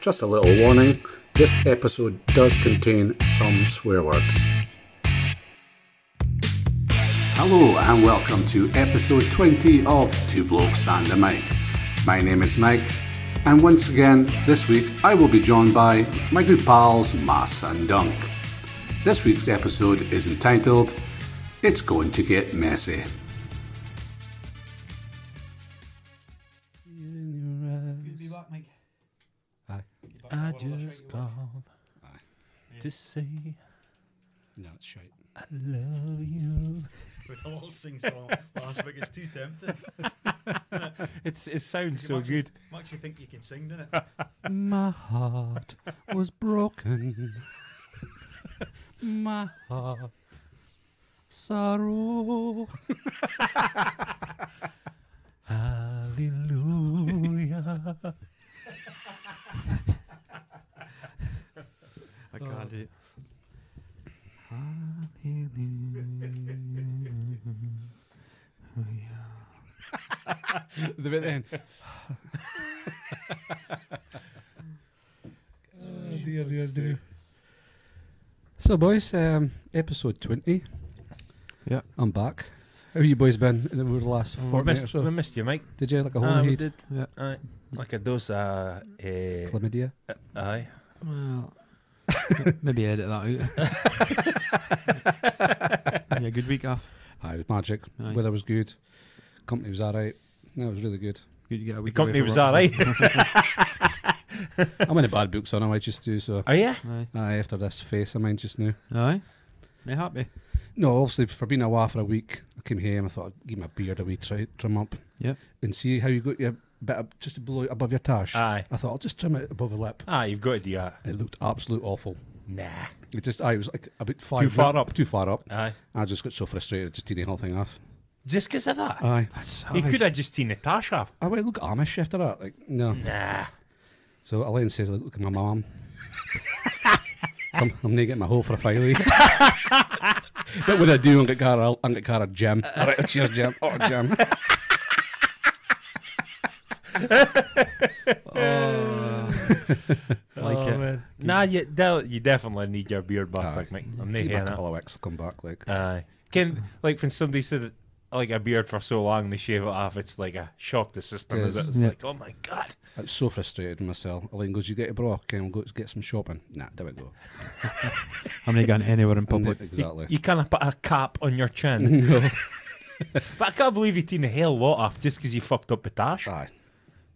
Just a little warning this episode does contain some swear words. Hello, and welcome to episode 20 of Two Blokes and a Mic. My name is Mike, and once again, this week I will be joined by my good pals Mass and Dunk. This week's episode is entitled It's Going to Get Messy. Good to be back, Mike. Aye. Be back I for another just shite called Aye. to say No, it's shite. I love you. work. We'd all sing song last week. It's too tempting. It's it sounds You so actually- good. you actually think you can sing, didn't it? My heart was broken. My heart sorrow. Hallelujah. I can't do it. Hallelujah. The bit then. Oh, dear, dear, dear. So, boys, um, episode 20. Yeah. I'm back. How you boys been in the over the last Oh, We four minutes? missed, or we so? missed you, Mike. Did you have like a Aye, whole we heat? did. Yeah. Aye. Like a dose of. eh, Chlamydia? aye. Well, Maybe edit that out. yeah, good week off. Aye, it was magic. Aye. Weather was good. Company was alright. No, it was really good. Good to get a week The company away was from alright. I'm in a bad books on I just do so. Are you? Aye, after this face of mine just now. Aye. You happy? No, obviously for being away for a week, I came here and I thought I'd give my beard a wee try, trim up. Yeah. And see how you got your bit up just below above your tash. Aye. I thought I'll just trim it above the lip. Aye, Ah, you've got to do that. It looked absolute awful. Nah. It just I was like about five Too far mil- up. Too far up. Aye. I just got so frustrated, I just teed the whole thing off. Just 'cause of that. Aye. you could have just seen Natasha off. I went look Amish after that. Like no. Nah. So Elaine says, "Look look at my mum." so I'm, I'm gonna get my hole for a Friday. but when I do, I'm gonna get Cara. I'm gonna get Cara Jim. All right, cheers, Jim. Oh, Jim. oh. Like it. Nah, you, de- you definitely need your beard back, Aye. like, Mike. Give I'm not me a hearing couple that. of weeks, come back. Like Aye. Can, like, when somebody said that, like a beard for so long, they shave it off. It's like a shock to the system, is Yes. it? It's Yeah. like, oh my god. I was so frustrated with myself. Elaine goes, "You get a bra? Can we go get some shopping?" Nah, there we go. I'm not going anywhere in public. And- exactly. You kind of put a cap on your chin. no. but I can't believe you taken a hell lot off just because you fucked up the dash. Aye.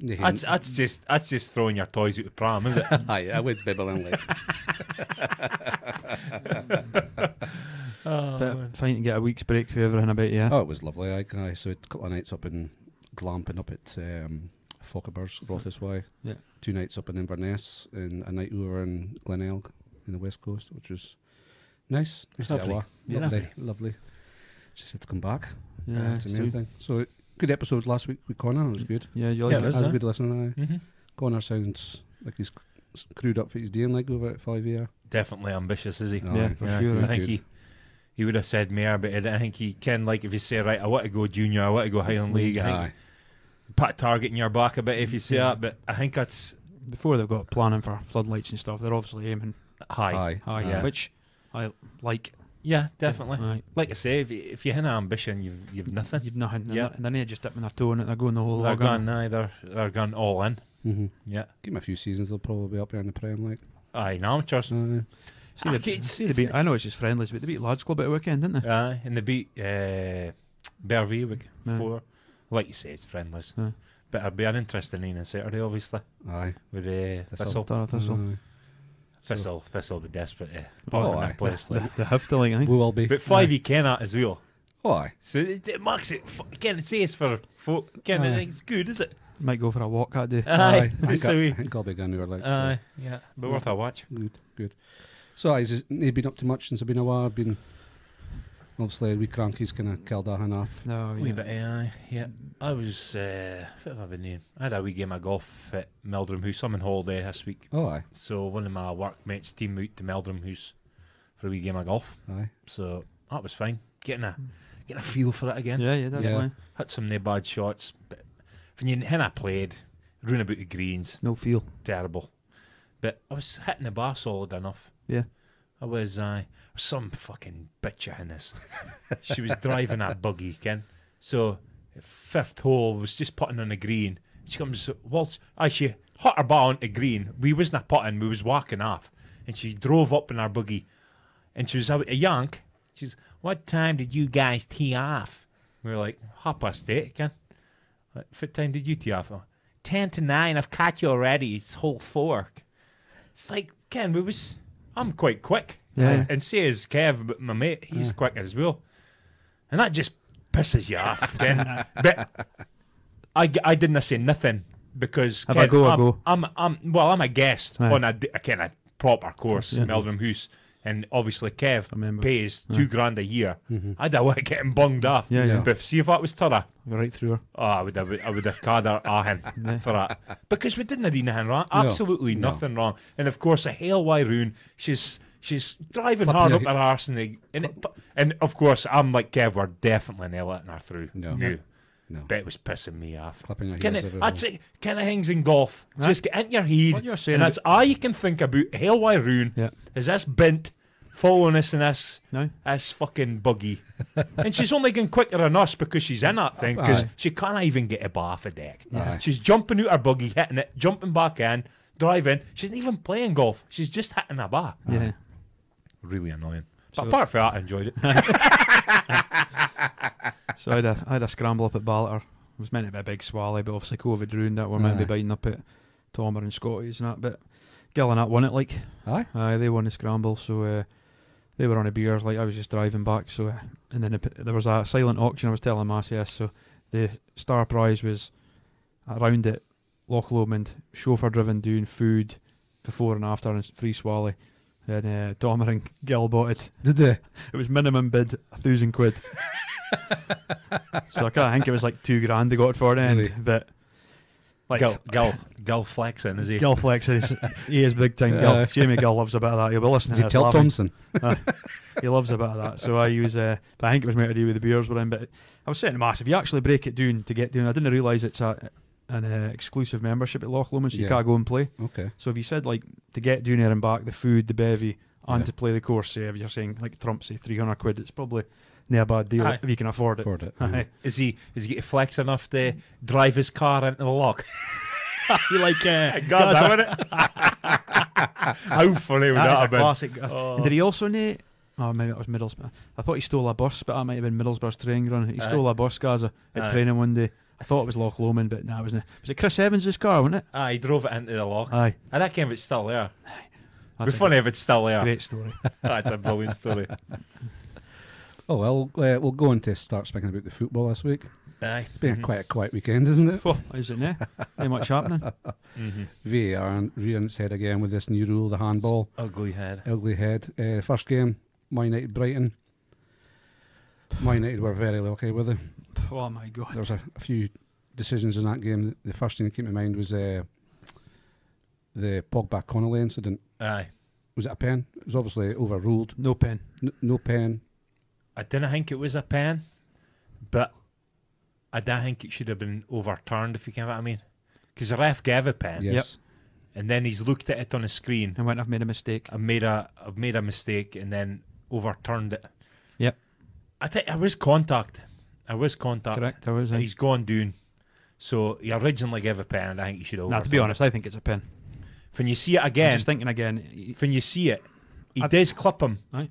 No That's, hint. that's just that's just throwing your toys out the pram, is it? Aye, I would bibble and like. Oh, but fine to get a week's break for everything about you. Oh, it was lovely. I, I so a couple of nights up in glamping up at um, Fockerbers, Rothesway. Yeah. Two nights up in Inverness and a night over in Glenelg in the west coast, which was nice. Nice to get Lovely. away. Yeah, lovely, lovely. lovely. Just had to come back. yeah, That's the so, main thing. So good episode last week with Connor. It was good. Oh, yeah, you Yeah, like it it? was, that was eh? good listening. Aye. mm-hmm. Connor sounds like he's c- screwed up for his day and like over at five year. Definitely ambitious, is he? Aye, Yeah, Oh, for Yeah, sure. eh? I think he he would have said mayor, but I think he can like if you say right, I want to go junior, I want to go Highland League. I think Aye. put a target in your back a bit if you say Yeah. that, but I think that's Before they've got planning for floodlights and stuff, they're obviously aiming high. Aye. high, Yeah. which I like. Yeah, definitely. Aye. Like I say, if you, if you have no ambition, you've you've nothing. You've nothing. and Yeah. they're- And they're not just dipping their toe in it, they're going the whole they're log on. gone. Aye, they're they're gone all in. Mm-hmm. Yeah. Give him a few seasons, they'll probably be up there in the prem. Like, Aye, in amateurs. aye. See, Ah, they, it's- see they it's beat, I know it's just friendlies, but they beat Large Club at the weekend, didn't they? Aye, and they beat uh, Bervie week Aye. four. Like you say, it's friendless. Aye. But it'll be an interesting evening Saturday, obviously, aye. with uh, Thistle. Thistle. Tara Thistle. Aye. Mm. So- Thistle, Thistle be desperate. Uh, Oh, oh, aye. that place, like. They, they have to, like, I think. We will be. But five you cannot as well. Oh, aye. So it, it marks it. f- Again, it says for folk. Again, Aye. it's good, is it? Might go for a walk that day. Aye. I It's think, I, a wee- I think I'll be going to her like. Aye. Yeah. But Mm. worth a watch. So. Good, good. So, aye, he's not been up to much since I've been away. I've been obviously we cranky's kind of killed that hand off. No, Wee yeah. bit, aye. Yeah. I was, uh, what have I been doing? I had a wee game of golf at Meldrum House. I'm on holiday this week. Oh, aye, So one of my workmates team out to Meldrum House for a wee game of golf. aye. So that was fine. Getting a getting a feel for it again. Yeah, yeah, definitely. Had some nae bad shots, but when you when I played, run about the greens, No feel. terrible. But I was hitting the bar solid enough. Yeah. I was uh, some fucking bitch in this. she was driving that buggy, Ken. So fifth hole was just putting on the green. She comes waltz I she hot her ball onto green. We wasn't putting, we was walking off. And she drove up in our buggy and she was out at a yank. She's what time did you guys tee off? We were like, half past eight, Ken. Like, what time did you tee off? "Oh, Ten to nine, I've caught you already, it's whole fork. It's like, Ken, we was I'm quite quick. Yeah. And, and say as Kev, but my mate, he's quick as well. And that just pisses you off, Ken. but I, g- I didn't say nothing because Have a go, a I'm, go. I'm, I'm well, I'm a guest Aye. on a, d- a kind of proper course, in Meldrum House, and obviously Kev remember. pays two grand a year. I'd have wanted getting bunged off. Yeah, yeah. But see if that was Tara, Right through her. oh, I would have, I would have card her a hen for that because we didn't do nothing wrong, No. absolutely No. nothing wrong. And of course, a hail Wyroon, she's. She's driving Flipping hard her up her arse, and, they, and, it, and of course, I'm like Kev, we're definitely not letting her through. No. no. No. Bet was pissing me off. Clipping your Can heels it, everywhere. I'd say kind of hangs in golf. Just get in your head. What you're saying and about- that's all you can think about. Hell, why ruin? Yeah. Is this bent following us in this No. this fucking buggy? and she's only getting quicker than us because she's in that thing because Aye. she can't even get a bar off a deck. Aye. She's jumping out her buggy, hitting it, jumping back in, driving. She's not even playing golf. She's just hitting a bar. Yeah. Really annoying. But So- apart from that, I enjoyed it. So I had a, I had a scramble up at Ballater. It was meant to be a big swally, but obviously COVID ruined that. We're meant to be biting up at Tomer and Scotty's and that. But Gill and that won it like. Aye. Aye, they won the scramble, so uh, they were on a beer. Like I was just driving back, so uh, and then it, there was a silent auction. I was telling Mass, yes. So the star prize was around it, Loch Lomond, chauffeur driven doing food before and after, and free swally. And uh, Tomer and Gill bought it. Did they? It was minimum bid a thousand quid. so I can't think it was like two grand they got for it, Really? end, but like Gil, Gil, Gil flexing, is he? Gil Flex is he is big time Yeah. Gil. Jamie Gil loves a bit of that. He'll be listening Is to it this Till laughing. Thompson? He loves a bit of that. So I use uh, but I think it was meant to do with the beers we're in, but I was saying to Mass, if you actually break it down to get down, I didn't realise it's a an uh, exclusive membership at Loch Lomond, so Yeah. you can't go and play. Okay. So if you said like to get down there and back, the food, the bevy, and Yeah. to play the course, say if you're saying like Trump say three hundred quid, it's probably not a bad deal Aye. if you can afford it. Afford it. Aye. Is he is he flex enough to drive his car into the lock? you like uh, God that's a- damn it! How funny would that is that a have been? classic. uh, And Did he also need? Oh, maybe that was Middlesbrough. I thought he stole a bus, but that might have been Middlesbrough's training run. He Aye. stole a bus, Gaza, at Aye. training one day. I thought it was Loch Lomond, but nah, it wasn't. Was it Chris Evans' car, wasn't it? Ah, he drove it into the lock. Aye. I reckon if it's still there. It'd That's be a funny if it's still there. Great story. That's a brilliant story. Oh well, uh, we'll go on to start speaking about the football this week. Aye. Been a quite a quiet weekend, isn't it? well, is it now? Ain't much happening. Mm-hmm. VAR and rearing its head again with this new rule, the handball, Ugly head. ugly head. Uh, first game, Man United Brighton. Man United were very lucky with it. Oh my There god. was a, a few decisions in that game. The first thing that came to mind was uh, the Pogba Connolly incident. Aye. Was it a pen? It was obviously overruled. No pen. N- no pen. I didn't think it was a pen, but I don't think it should have been overturned. If you get what I mean, because the ref gave a pen, Yes. and then he's looked at it on the screen I went. I've made a mistake. I made a I've made a mistake and then overturned it. Yep. I think I was contact. I was contact. Correct. There was. And a- he's gone down. So he originally gave a pen and I think he should have Nah, to be overturned honest, I think it's a pen. it. When you see it I'm again just thinking again. y- when you see it, he I've- does clip him. Aye.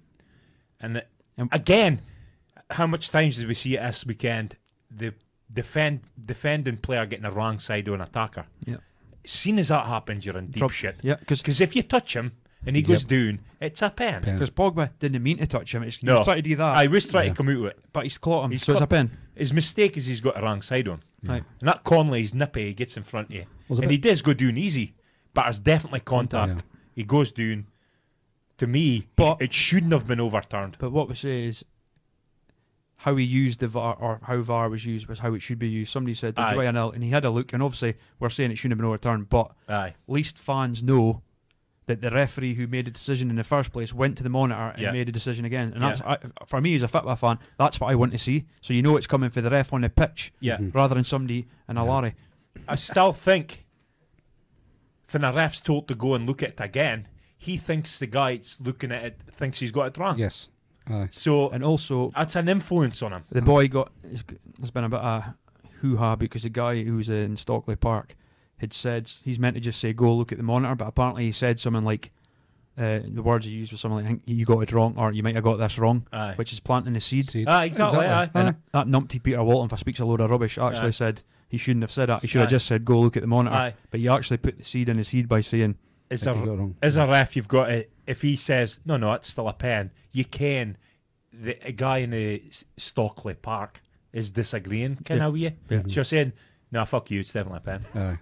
And it- Um, again, how much times did we see it this weekend? The defend defending player getting the wrong side on attacker. Yep. Seen as that happens, you're in deep Prob- shit. Yeah, because Because if you touch him and he goes down, it's a pen. Pen. Pogba didn't mean to touch him. It's, No. He was trying to do that, I was trying to come out with it. but he's caught him. He's so it's a caught- pen. His mistake is he's got the wrong side on. Right. And that Conley's nippy, he gets in front of you. Was it and he does go down easy, but there's definitely contact. Contact, He goes down. To me, But- it shouldn't have been overturned. But what we say is how he used the VAR or how VAR was used was how it should be used. Somebody said Aye. that Ryan L and he had a look and obviously we're saying it shouldn't have been overturned, but Aye. at least fans know that the referee who made the decision in the first place went to the monitor and Yeah. made a decision again. And Yeah. that's I, for me as a football fan, that's what I want to see. So you know it's coming for the ref on the pitch Yeah. rather than somebody in a lorry. I still think When the ref's told to go and look at it again, he thinks the guy that's looking at it thinks he's got it wrong. Yes. Aye. So And also, that's an influence on him. the boy got. it's g- There's been a bit of hoo ha because the guy who was in Stockley Park had said he's meant to just say go look at the monitor, but apparently he said something like uh, the words he used were something like I think you got it wrong or you might have got this wrong, Aye. which is planting the seed. Seed. Ah, exactly. Exactly. Aye. And that numpty Peter Walton, for speaks a load of rubbish, actually Aye. said he shouldn't have said that. He should have Aye. just said go look at the monitor. Aye. But he actually put the seed in his head by saying Is Think you got there it wrong. As a ref, you've got it. If he says no, no, it's still a pen. You can. The a guy in the S- Stockley Park is disagreeing. Can I with you? So you're saying, no, fuck you. It's definitely a pen. Aye.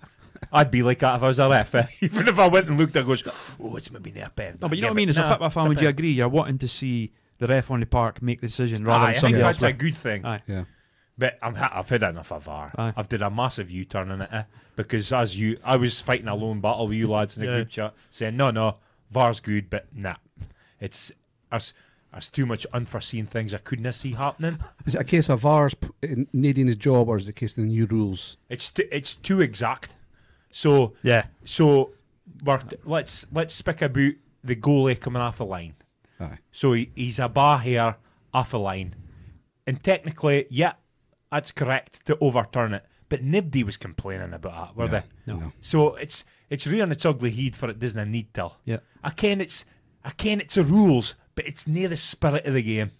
I'd be like that if I was a ref. eh? Even if I went and looked, I goes, oh, it's maybe not a pen. No, but you know Yeah, what I mean. As a nah, football it's a fan, would you pen. agree? You're wanting to see the ref on the park make the decision Aye, rather I than think somebody that's else. a Aye, good thing. aye. Yeah. But I'm, ha- I've had enough of VAR. Aye. I've did a massive U-turn in it eh, because as you, I was fighting a lone battle with you lads in the Yeah. group chat, saying no, no, VAR's good, but nah, it's there's, there's too much unforeseen things I couldn't see happening. Is it a case of ours p- in- needing his job, or is it a case of the new rules? It's t- it's too exact. So yeah. so we're, let's let's speak about the goalie coming off the line. Aye. So he, he's a bar here off a line. And technically, yeah, that's correct to overturn it. But nobody was complaining about that, were they? No. So it's it's rearing its ugly head for it doesn't need till. Yeah. I ken it's I ken it's the rules, but it's near the spirit of the game.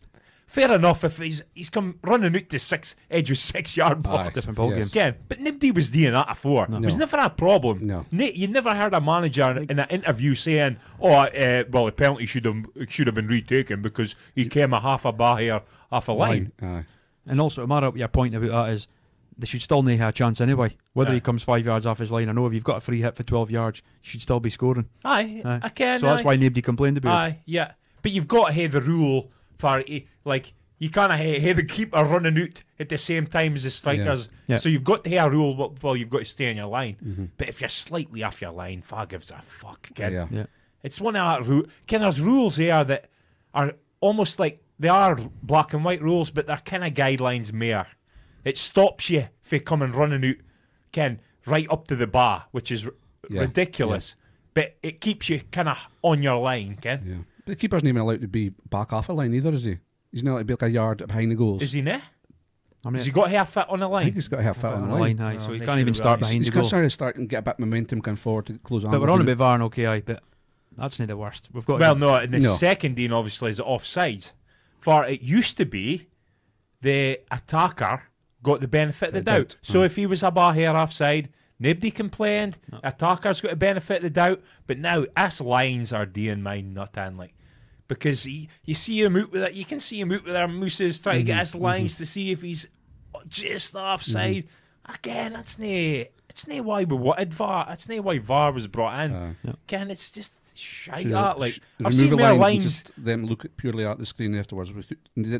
Fair enough if he's he's come running out to six edge of six yard Aye. box. Different ball Yes. game. Again, but nobody was doing that before. It was No. never a problem. No. Ne- you never heard a manager in an interview saying, "Oh, uh, well, the penalty should have it should have been retaken because he came a half a bar here, half a line." Aye. And also, to matter up your point about that is, they should still not have a chance anyway. Whether Aye. he comes five yards off his line, I know if you've got a free hit for twelve yards, you should still be scoring. Aye, Aye. I can. so that's aye. why nobody complained about it. Aye, yeah. But you've got to have the rule for eh, like you can't have, have the keeper running out at the same time as the strikers. Yeah. Mm-hmm. So you've got to have a rule. wh- Well, you've got to stay on your line. But if you're slightly off your line, far gives a fuck. Kid. Yeah. Yeah. It's one of that rule. Ken, there's rules here that are almost like they are black and white rules, but they're kind of guidelines mere. It stops you from coming running out, Ken, right up to the bar, which is r- Yeah, ridiculous. But it keeps you kind of on your line, Ken. Yeah. The keeper's not even allowed to be back off a line either, is he? He's not allowed to be like a yard behind the goals. Is he not? I mean, Has he got hair fit on the I line? think he's got to have fat on on the line, aye, Oh, so he they can't should even have start got- behind He's the got goal. to start- start and get a bit of momentum going forward to close on. But we're on a bit VAR and okay, aye, but that's not the worst. We've got Well, no, and the No. second Dean obviously is offside. For it used to be the attacker got the benefit of the, The doubt. doubt. So if he was a bar here offside, nobody complained. Attacker's got the benefit of the doubt. But now us lines are doing mine not in like because he, you see him out with it. You can see him out with our mooses trying to get us lines to see if he's just offside. Again, that's nae. It's nae why we wanted VAR. It's nae why VAR was brought in. Aye. Again, it's just shite Should that. I Like sh- I've remove seen the more lines. and just then look at purely at the screen afterwards. With,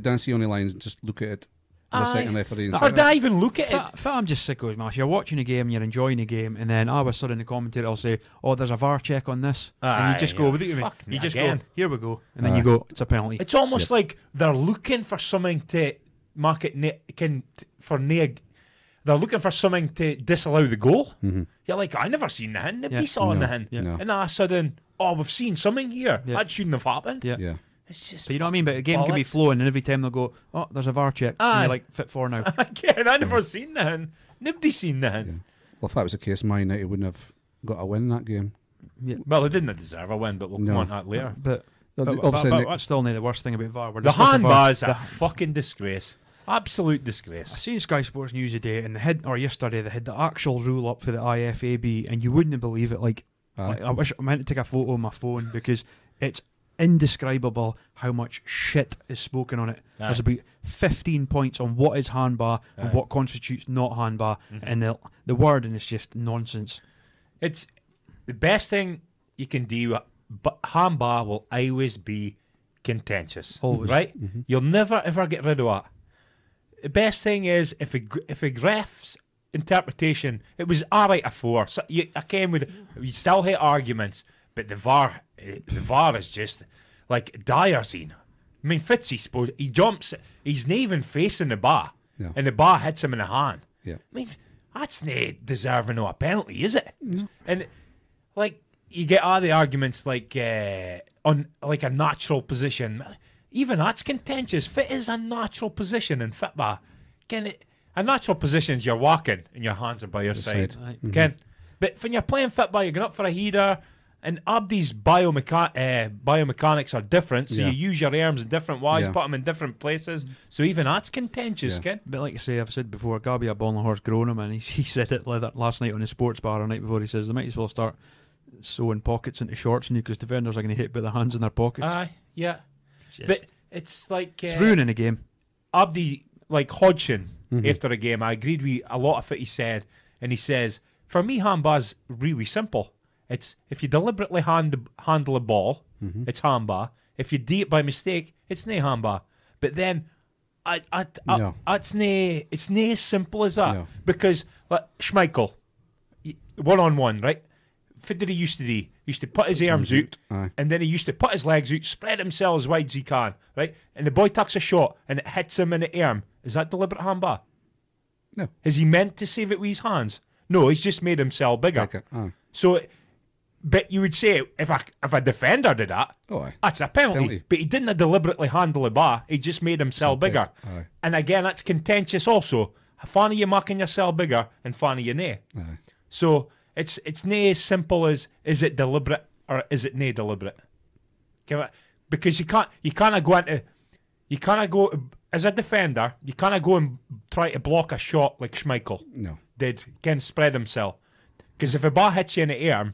don't see only lines and just look at it as Aye. a second referee. And or say, did I even look at Fa- it? fa- I'm just sickos, Mash. You're watching a game, you're enjoying the game, and then all of a sudden the commentator will say, "Oh, there's a VAR check on this," and Aye, you just yeah, go with it. You, mean, fuck me you just again. go, "Here we go," and then you go, "It's a penalty." It's almost like they're looking for something to mark it ne- can t- for neg. They're looking for something to disallow the goal. You're like, I never seen nothing. Nobody Yeah. saw No, nothing. yeah. No. And all of a sudden, oh, we've seen something here. Yeah. That shouldn't have happened. Yeah. yeah. It's just. So you know what I mean? But the game could be bollocks. flowing, and every time they'll go, "Oh, there's a VAR check," and Aye. you're like, "Fit for now." Again, I never seen nothing. Nobody seen nothing. Well, if that was the case, Man United wouldn't have got a win in that game. Well, they didn't deserve a win, but we'll come No. on to that later. but Well, but, the- but- obviously, but Nick- that's still not the worst thing about VAR. We're The discussing handbar VAR. is a fucking disgrace. Absolute I disgrace. seen Sky Sports News today, and they had or yesterday they had the actual rule up for the IFAB, and you wouldn't believe it. Like, Aye. like, I wish I meant to take a photo on my phone because it's indescribable how much shit is spoken on it. There's Aye. about 15 points on what is handbar Aye. Mm-hmm. and what constitutes not handbar, and the the word and it's just nonsense. It's the best thing you can do, but handbar will always be contentious. Always. Right? You'll never ever get rid of that. The best thing is if a, gr- if a ref's interpretation, it was all right afore. So you, I came with, you still hate arguments, but the VAR, eh, the VAR is just like dire scene. I mean, Fitzy, supposed, he jumps, he's not even facing the bar, No. and the bar hits him in the hand. Yeah. I mean, that's not deserving of a penalty, is it? No. And like you get all the arguments like uh, on like a natural position. Even that's contentious. Fit is a natural position in football. Can it, a natural position is you're walking and your hands are by your side. side. Aye. Ken. Mm-hmm. But when you're playing football, you're going up for a header, and Abdi's biomecha- uh, biomechanics are different, so Yeah. you use your arms in different ways, Yeah. Mm-hmm. put them in different places. So even that's contentious, Yeah. Ken. But like I say, I've said before, Gabby Bonlahor's grown him, and he, he said it la- that last night on the sports bar, or night before. He says they might as well start sewing pockets into shorts and because defenders are going to hit with their hands in their pockets. Aye, yeah. Just- But it's like uh, it's ruining the game. Abdi, like Hodgson, after a game, I agreed with a lot of what he said, and he says, for me, handbar's really simple. It's if you deliberately hand, handle a ball, it's handbar. If you do it by mistake, it's nae handbar. But then, I, I, I, Yeah. it's nae, it's nae as simple as that Yeah. because like Schmeichel, one on one, right? What did he used to do? He used to put his arms out, Aye. and then he used to put his legs out, spread himself as wide as he can, right? And the boy takes a shot, and it hits him in the arm. Is that deliberate handbar? No. Is he meant to save it with his hands? No, he's just made himself bigger. Like it, aye. So, but you would say if a if a defender did that, Oh, aye. that's a penalty. Penalty. But he didn't deliberately handle the bar. He just made himself bigger. aye. And again, that's contentious. Also, fanny you making yourself bigger, and fanny you nay. Aye. So it's it's nae as simple as is it deliberate or is it nae deliberate? Can I- Because you can't you can't go into you can't go as a defender. You can't go and try to block a shot like Schmeichel No. did. Can spread himself because if a ball hits you in the arm,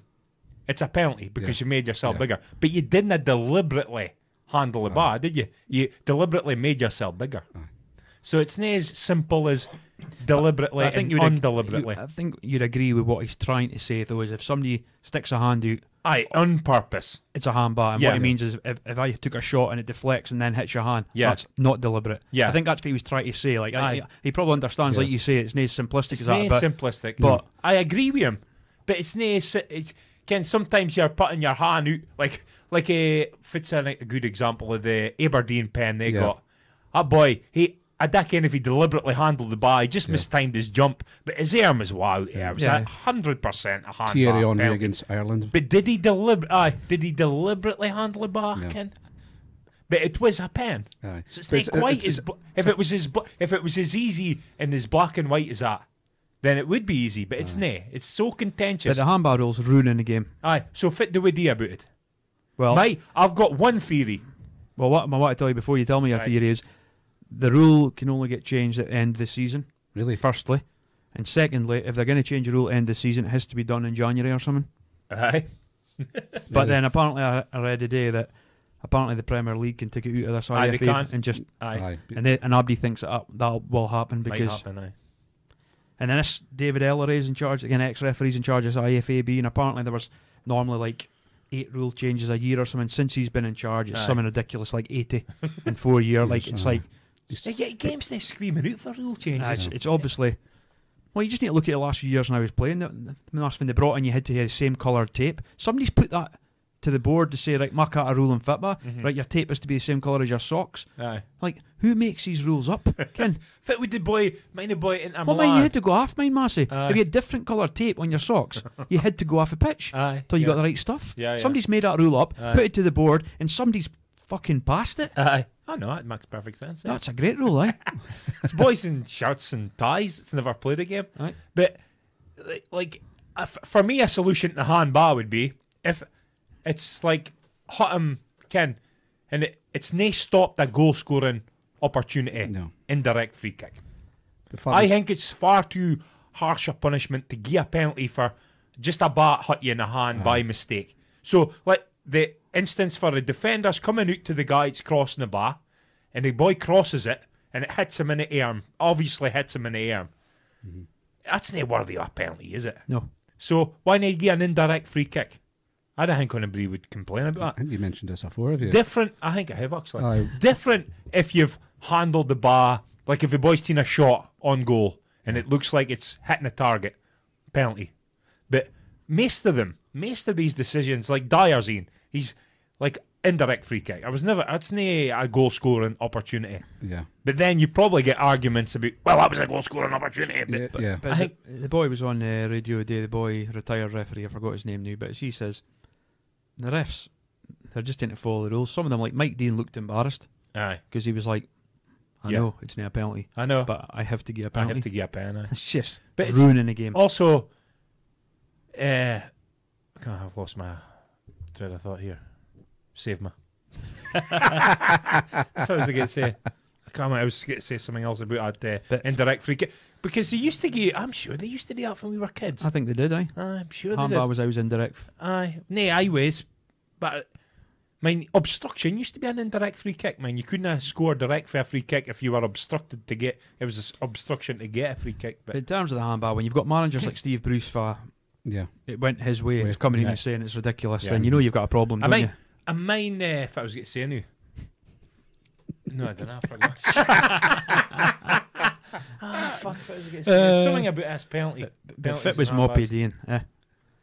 it's a penalty because Yeah. you made yourself Yeah. bigger. But you didn't deliberately handle the ball, did you? You deliberately made yourself bigger. So it's nae as simple as deliberately I think and you would ag- undeliberately. you- I think you'd agree with what he's trying to say, though, is if somebody sticks a hand out, Aye, on purpose. it's a handbar, and Yeah. what it means is if, if I took a shot and it deflects and then hits your hand, Yeah. that's not deliberate. Yeah. I think that's what he was trying to say. Like, I, Aye. he probably understands, Yeah. like you say, it's not as simplistic It's as that. nae but simplistic. but- I agree with him. But it's nae. si- It, can sometimes you're putting your hand out like like a fits in a good example of the Aberdeen pen they Yeah. got. That boy, he I reckon if he deliberately handled the ball, he just mistimed his jump. But his arm was wow there. It was Yeah. a hundred percent a hand. Thierry on Henry against Ireland. But did he deliber- aye, did he deliberately handle the ball? No. Ken? But it was a pen. Aye. So it's But not it's- quite it's- as bu- if it was as bu- if it was as easy and as black and white as that, then it would be easy. But it's nae. It's so but uh, contentious. the handbar rule's ruining the game. Aye. So fit the idea about it. Well, My, I've got one theory. Well, what I want to tell you before you tell me your Right. theory is the rule can only get changed at the end of the season, Really? firstly. And secondly, if they're going to change the rule at the end of the season, it has to be done in January or something. Aye. But then apparently, I, I read today that apparently the Premier League can take it out of this Aye, they IFA can. and just. Aye. Aye. And, they, and Abdi thinks that up, that will happen Might because. happen, aye. And then this David Ellery's in charge, again, ex referee's in charge of this IFAB, and apparently there was normally like eight rule changes a year or something. Since he's been in charge, it's Aye. something ridiculous like 80 in four years. Like, Yes, it's aye. like. Just- They get games they screaming out for rule Aye, changes. it's, it's obviously. Well, you just need to look at the last few years when I was playing. The, the last thing they brought in, you had to hear the same coloured tape. Somebody's put that to the board to say, right, mark out a rule in FITMA. Mm-hmm. Right, your tape has to be the same colour as your socks. Aye. Like, who makes these rules up? Ken, Fit with the boy, mind the boy in well, mine, you had to go off mine, Massey. Aye. if you had different coloured tape on your socks, you had to go off a pitch Aye. till you yeah. got the right stuff. Yeah, yeah. somebody's made that rule up, Aye. put it to the board, and somebody's fucking passed it. Aye. I know, it makes perfect sense. eh? That's a great rule, eh? It's boys in shirts and ties. It's never played a game. Aye. But like- like, uh, f- for me, a solution to the handbar would be if it's like Hutton Ken, and it, it's nae stopped a goal scoring opportunity. No. Indirect free kick. But Fabs- I think it's far too harsh a punishment to give a penalty for just a bat hit you in the hand by mistake. So, like the instance for the defender's coming out to the guy that's crossing the bar, and the boy crosses it and it hits him in the arm. Obviously, hits him in the arm. That's not worthy of a penalty, is it? No. So, why not give an indirect free kick? I don't think anybody would complain about I that. think you mentioned this before, have you? Different, I think I have actually. Aye. Different if you've handled the bar, like if the boy's seen a shot on goal and it looks like it's hitting a target, penalty. But most of them, most of these decisions, like Dyer's in, he's like indirect free kick. I was never. That's not a goal scoring opportunity. Yeah. But then you probably get arguments about well, that was a goal scoring opportunity. But Yeah. yeah. But I is think- it- the boy was on uh, radio today. The boy, retired referee, I forgot his name now, but as he says, the refs, they're just into follow the rules. Some of them, like Mike Dean, looked embarrassed aye, because he was like, "I Yeah. know it's not a penalty, I know. but I have to get a I penalty." have to get a pen. aye. It's just But it's- ruining the game. Also, uh, God, I've lost my thread of thought here. Save me. if I was going to say, I can't. remember, I was going to say something else about that uh, But- indirect free kick because they used to get. I'm sure they used to do that when we were kids. I think they did. I I'm sure they handball did. was I was indirect. f- Aye, nay, I was, but mine obstruction used to be an indirect free kick. Man, you couldn't have scored direct for a free kick if you were obstructed to get. It was an obstruction to get a free kick, But but in terms of the handball, when you've got managers like Steve Bruce, for Yeah. it went his way. He's Wait, coming in yeah. and saying it's ridiculous. Yeah. Then you know you've got a problem, I don't mean, you? I mine uh, if I was going to say now. No, I don't know. I forgot. ah, fuck! If I was going to say Uh, something about us penalty. But penalties if it was and handballs. Moppy Dean, eh,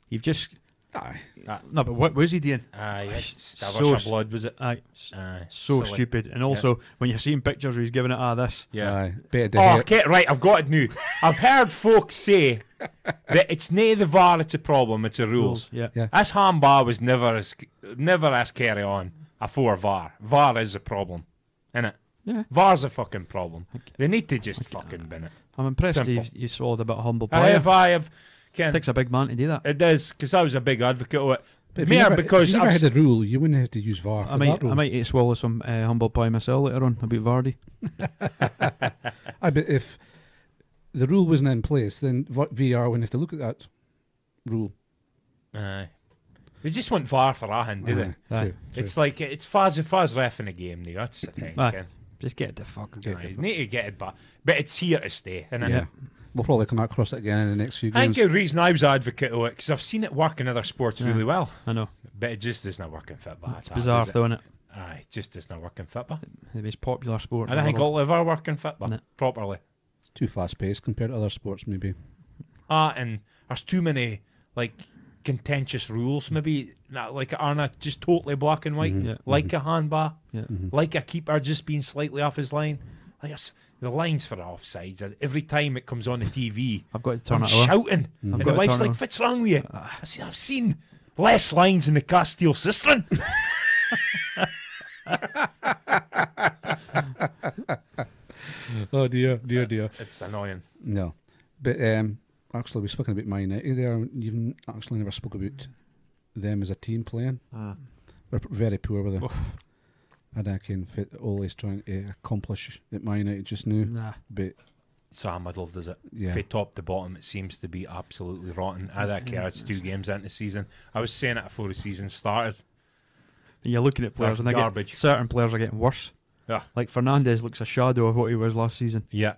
you've just Ah, Aye. no. But what was he doing? Aye, it's So so s- blood was it? Aye, Aye, so silly. stupid. And also, when you're seeing pictures where he's giving it, ah, this. Yeah. Aye. uh, Better to Oh, hate. okay, right, I've got it now. I've heard folks say that it's nae the VAR, it's a problem, it's a rules. Yeah. Yeah. As handbar was never as never as carry on afore VAR. VAR is a problem, innit? Yeah. VAR's a fucking problem. They need to just fucking bin it. I'm impressed Simple. you you swallowed a bit of humble I pie. have, I have, it Ken, takes a big man to do that. it is, because I was a big advocate of But it. if you Mere never, because if you never I've had s- the rule, you wouldn't have to use VAR Oh, for I might, that rule. I might swallow some uh, humble pie myself later on about Vardy. Aye, but if the rule wasn't in place, then what VR wouldn't have to look at that rule. Aye. They just went VAR for Ahan, do they? Aye, true, true. It's like, it's Faz, Faz ref in a game now, that's the thing, Aye. Ken. Just get the fuck out. Get Aye, the fuck- need to get it back. But it's here to stay. Innit? yeah. We'll probably come across it again in the next few I think games. the reason I was advocate of it because I've seen it work in other sports really well, I know. but it just is not working football. It's bizarre Is it? though, isn't it? Aye, it just is not working football. The most popular sport. I don't in think the world. it'll ever work in football No. properly. Too fast paced compared to other sports, maybe. Ah, and there's too many like contentious rules. Maybe not like aren't just totally black and white, Mm-hmm. Yeah. like a handball, Yeah. like a keeper just being slightly off his line. Like it's- the lines for the offsides. and Every time it comes on the TV, I've got to turn I'm it over. shouting. And got the to wife's turn like, over. Ah. what's wrong with you? I said, I've seen less lines in the Castile Cistern. Oh dear, dear, dear. It's annoying. No, but um, actually, we're speaking about Man United there. and You've actually never spoke about them as a team playing. Ah. We're p- very poor with it. And I can fit all he's trying to accomplish at Man United just now. Nah. But Sam Middle does it. Yeah. From top to bottom, it seems to be absolutely rotten. I don't Mm-hmm. care. It's two games into the season. I was saying it before the season started. And you're looking at players, and they garbage. Get, certain players are getting worse. Yeah. Like Fernandez looks a shadow of what he was last season. Yeah.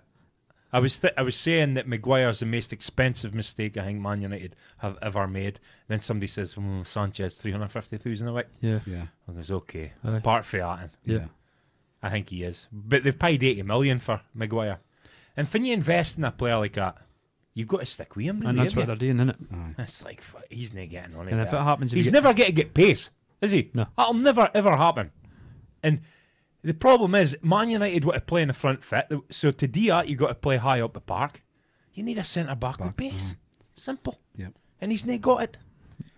I was th- I was saying that Maguire's the most expensive mistake I think Man United have ever made. Then somebody says, mm, Sanchez, 350000 a week. Yeah. yeah, I goes, okay. Aye. Apart from that, Yeah. yeah, I think he is. But they've paid 80 million for Maguire. And when you invest in a player like that, you've got to stick with him. Really, And that's what haven't they're doing, isn't it? aye. you? It's like, fu- he's not getting on it. And if it there. happens, if He's you never going to get pace, is he? No. That'll never, ever happen. And the problem is, Man United want to play in the front fit. So to do that, you've got to play high up the park. You need a centre back with Back, mm. pace. Simple. Yep. And he's not got it.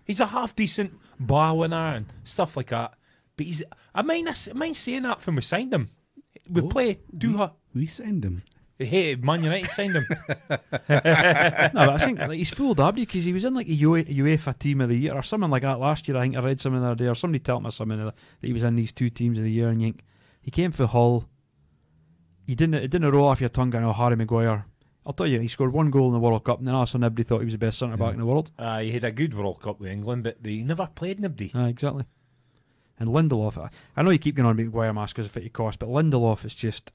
He's a half decent bar winner and stuff like that. But he's, I mind, us- I mind saying that from we signed him. We Oh, play mm. do hard. We send him. Hey, Man United signed him. get, no, but I think like, he's fooled Abdi because he was in like a UE UEFA team of the year or something like that last year. I think I read something the other day, or somebody told me something that he was in these two teams of the year. And you think, he came for Hull. He didn't. It didn't roll off your tongue. I know Harry Maguire. I'll tell you, he scored one goal in the World Cup, and then all of a sudden everybody thought he was the best centre back Yeah. in the world. uh, he had a good World Cup with England, but they never played nobody. Ah, exactly. And Lindelof, I, I know you keep going on about Maguire mask because of it cost, but Lindelof is just,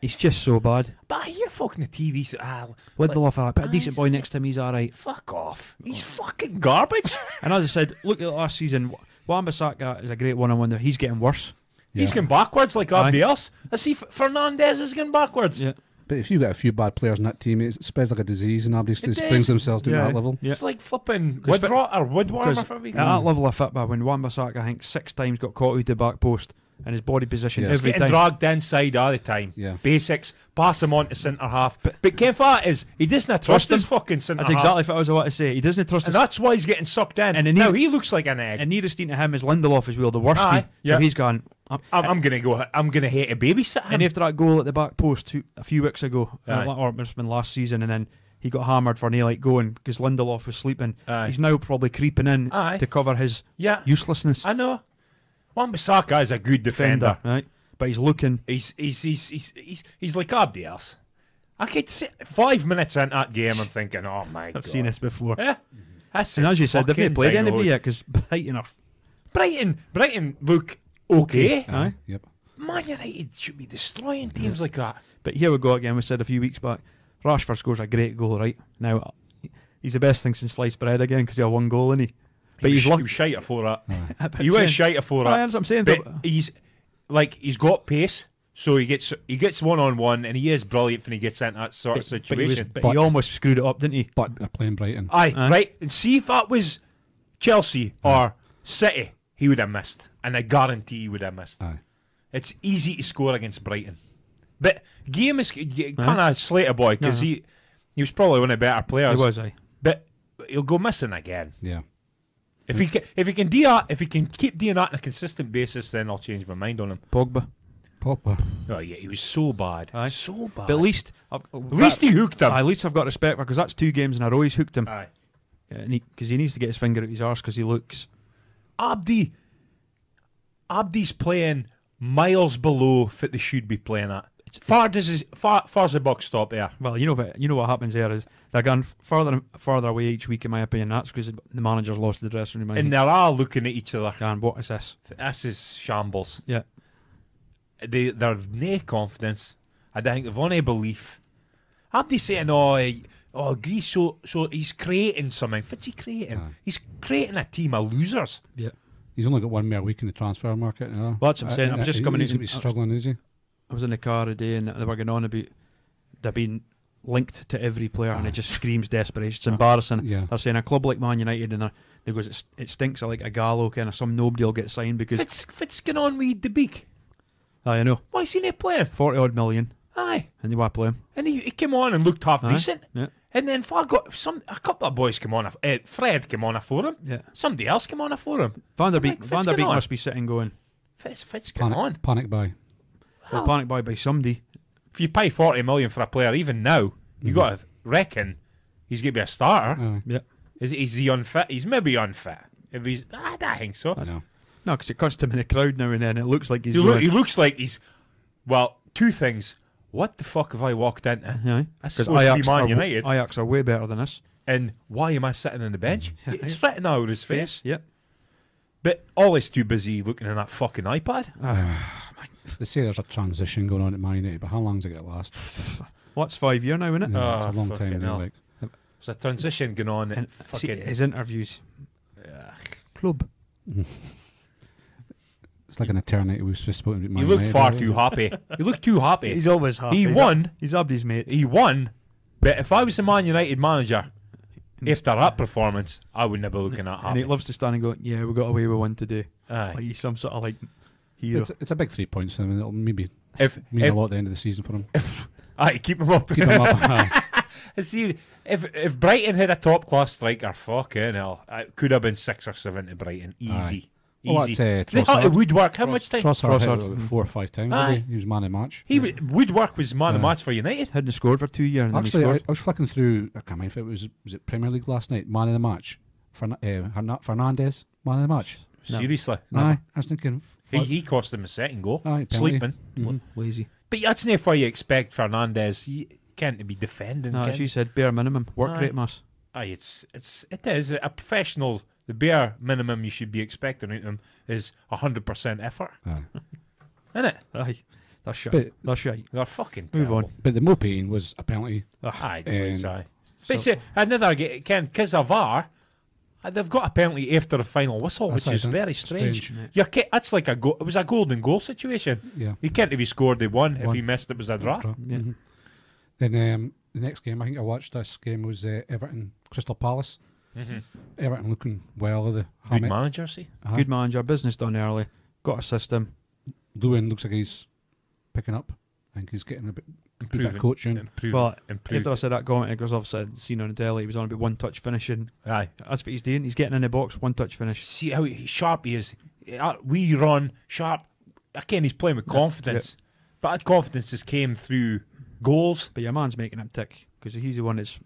he's just so bad. But I hear fucking the TV say, ah, Lindelof, ah, put a aye, decent boy he's- next to him, he's all right. fuck off. He's Oh. fucking garbage. And as I said, look at last season. Wan-Bissaka is a great one-on-one there. He's getting worse. He's going backwards like Aye. everybody else. I see F- Fernandez is going backwards. Yeah. But if you get a few bad players in that team, it spreads like a disease, and everybody It just brings does. themselves to Yeah. that level. Yeah. It's like flipping 'Cause fi- Woodrot or Woodwarmer 'cause for a week. At that level of football, when Wan Bissaka, I think, six times got caught with the back post and his body position Yeah. It's every getting time. dragged inside all the time. Yeah. Basics, pass him on to centre half. But, but Kefa is he doesn't trust Trust his him. fucking centre That's half. exactly what I was about to say. He doesn't trust And his. that's why he's getting sucked And in. And he now need- he looks like an egg. And nearest team to him is Lindelof as well, the worst Aye, team. yeah. So he's gone. I'm- I'm, I'm gonna go. I'm gonna hate a babysitter. And after that goal at the back post two, a few weeks ago, uh, Aye. or it must have been last season, and then he got hammered for nearly like going because Lindelof was sleeping. Aye. He's now probably creeping in Aye. to cover his yeah, uselessness. I know. Wan Bissaka is a good defender. right? But he's looking. He's he's he's he's he's, he's like Abdi else. I could see five minutes into that game. I'm thinking, oh my I've god, seen this before. Yeah, That's And a as you said, they've fucking not played download. anybody yet because Brighton are. Brighton, Brighton look okay. Aye. Yep. Man United should be destroying teams like that. But here we go again. We said a few weeks back, Rashford scores a great goal, right? Now, he's the best thing since sliced bread again because he had one goal, isn't he? But he's he was, he lucky. was shite before that. But he was saying- shite before Aye, that. that's what I'm saying. But but- he's like he's got pace, so he gets he gets one on one, and he is brilliant when he gets into that sort of but, but he, was, situation. but, But- he almost screwed it up, didn't he? But they're playing Brighton. Aye, Aye. right. And see if that was Chelsea or City, he would have missed, and I guarantee he would have missed. Aye. It's easy to score against Brighton, but game is kind of slate a boy because No, he he was probably one of the better He players. was, aye. but he'll go missing again. Yeah. If he can, if he can do that, if he can keep doing that on a consistent basis, then I'll change my mind on him. Pogba. Pogba. Oh yeah, he was so bad, Aye. so bad. But at least, I've, at least he hooked him. Aye, at least I've got respect for because that's two games in a row he's hooked him, Aye. because he, 'cause he needs to get his finger out his arse because he looks. Abdi, Abdi's playing miles below that they should be playing at. Far does his, far far's the buck stop there. Well, you know, what- you know what happens there is they're going f- further and further away each week, in my opinion. That's because the manager's lost the dressing room. And And they're all looking at each other. going, what is this? This is shambles. Yeah, They they've no confidence. I don't think they've any belief. Abdi saying, "Oh, eh, oh, Greece, so so he's creating something. What's he creating? Aye. He's creating a team of losers." yeah. He's only got one more week in the transfer market. You know? Well, that's what I'm I- saying. I'm I- just he- coming he's in- gonna be struggling, is he? I was in the car today and they were going on about they're being linked to every player and it just screams desperation. Oh, It's embarrassing. Yeah. They're saying a club like Man United and they're, they goes, "It's- it stinks of like a Gallo kind of some nobody will get signed because What's what's going on with the big? I know Why is he not playing? 40 odd million Aye, and they want to play him. and he, he came on and looked half Aye. decent. Yeah. And then I got some a couple of boys came on. Uh, Fred came on for him. Yeah. Somebody else came on for him. Van der Beek, Like, what's Van der going Beek on? must be sitting going, Fitz, Fitz, come Panic, on. panic buy. well, panic buy by somebody. If you pay forty million for a player, even now, you got to reckon he's going to be a starter. Aye. Mm-hmm. Yeah. Is, is he unfit? He's maybe unfit. If he's, I don't think so. I know. No, because it cuts him in the crowd now and then. It looks like he's He, loo- going, he looks like he's. Well, two things. What the fuck have I walked into? Aye. That's 'Cause supposed to be Man are, United. Ajax are way better than us. And why am I sitting on the bench? Mm-hmm. It's threatening out his face. Yep. But always too busy looking at that fucking iPad. They say there's a transition going on at Man United, but how long does it get last? Well, that's five year now, isn't it? You know, it's a Ah, long time. fucking you know, hell. Like, There's a transition going on. And And see, fucking his interviews. Club. it's like an eternity we've just spoken about. Man you look United far already. too happy. You look too happy. He's always happy. He He's won. Ab- he's Abdi's mate. he won. But if I was the Man United manager, after that performance, I would never looking at And he happy. loves to stand and go, yeah, we got away with one today. Aye. Like he's some sort of like hero. It's, it's a big three points for him, and it'll maybe If, mean if a lot at the end of the season for him. aye, keep him up. Keep him up. uh, Aye. See, if if Brighton had a top class striker, fucking hell, it could have been six or seven to Brighton, easy, Oh, easy. that's, uh, They thought Trossard. it would work. How much time? Trossard, hit Trossard. it four or five times. Aye. didn't He He was man of the match. He w- Woodwork was man of the match for United. Hadn't scored for two years and Actually, then I, he I scored. was flicking through. I can't remember if it was was it Premier League last night. Man of the match, Fern, uh, Hernan- Fernandez. Man of the match. Seriously, Aye, I was thinking. Mm-hmm. he, fuck, he cost them a second goal, Aye, penalty. sleeping. L- Lazy. But that's not what you expect Fernandez. You can't be defending. No, can as you you? said, bare minimum. Work Aye. rate mass. Aye, it's it's it is a professional. The bare minimum you should be expecting out of them is hundred percent effort, aye. isn't it? Aye. That's shite. But- That's shite. They're fucking. Move on. terrible. But the more pain was a penalty. Aye, boys, Um, aye. But see, another g- Ken because of VAR, uh, they've got a penalty after the final whistle, That's Oh, which right, is isn't it? very strange. Strange. You're ca- that's like a go- it was a golden goal situation. Yeah. He can't if he scored, they won. If Won. he missed, it was a draw. Draw. Yeah. Mhm. Then um, the next game I think I watched this game was uh, Everton Crystal Palace. Everton looking well. The Mm-hmm. Good Hammett- manager, see? uh-huh. Good manager, business done early, got a system. Lewin looks like he's picking up. I think he's getting a bit, good bit of Improving. coaching. Improved. Well, improved. After I said that comment, because obviously I'd seen on the telly, he was on about one touch finishing. Aye. That's what he's doing. He's getting in the box, one touch finish. See how he, sharp he is. Uh, We run sharp. Again, he's playing with confidence. But that confidence just came through goals. But your man's making him tick because he's the one that's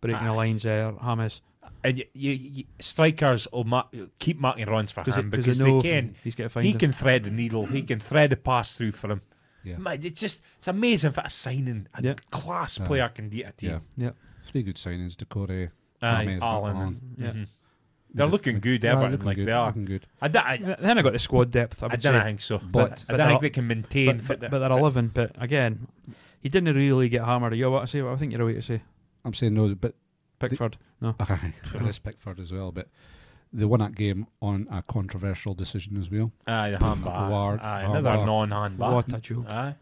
breaking the Aye. lines there. Hammers And you, you, you, strikers will ma- keep marking runs for because him they, because know they can. he's going to find He him. can thread the needle. He can thread a pass through for him. Yeah. Man, it's just it's amazing that a signing a Yeah. class Aye. player can beat a team. Yeah. Three good signings. Decore, Aye, James, Allen. Allen. Yeah. Mhm. They're looking good, Everton, looking like good, they are. Looking good. I, d- I, And Then I got the squad depth. I Mm-hmm. I would don't say, think so. But- I but don't think they'll- they can maintain. but, fit but, that- but they're eleven. But again, he didn't really get hammered. You know what I say? What I think you're right to say. I'm saying no, but Pickford. No. aye, I respect Ford as well. But they won that game on a controversial decision as well. Aye, the handball. Award, Aye, award. another non-handball. What a joke. Aye,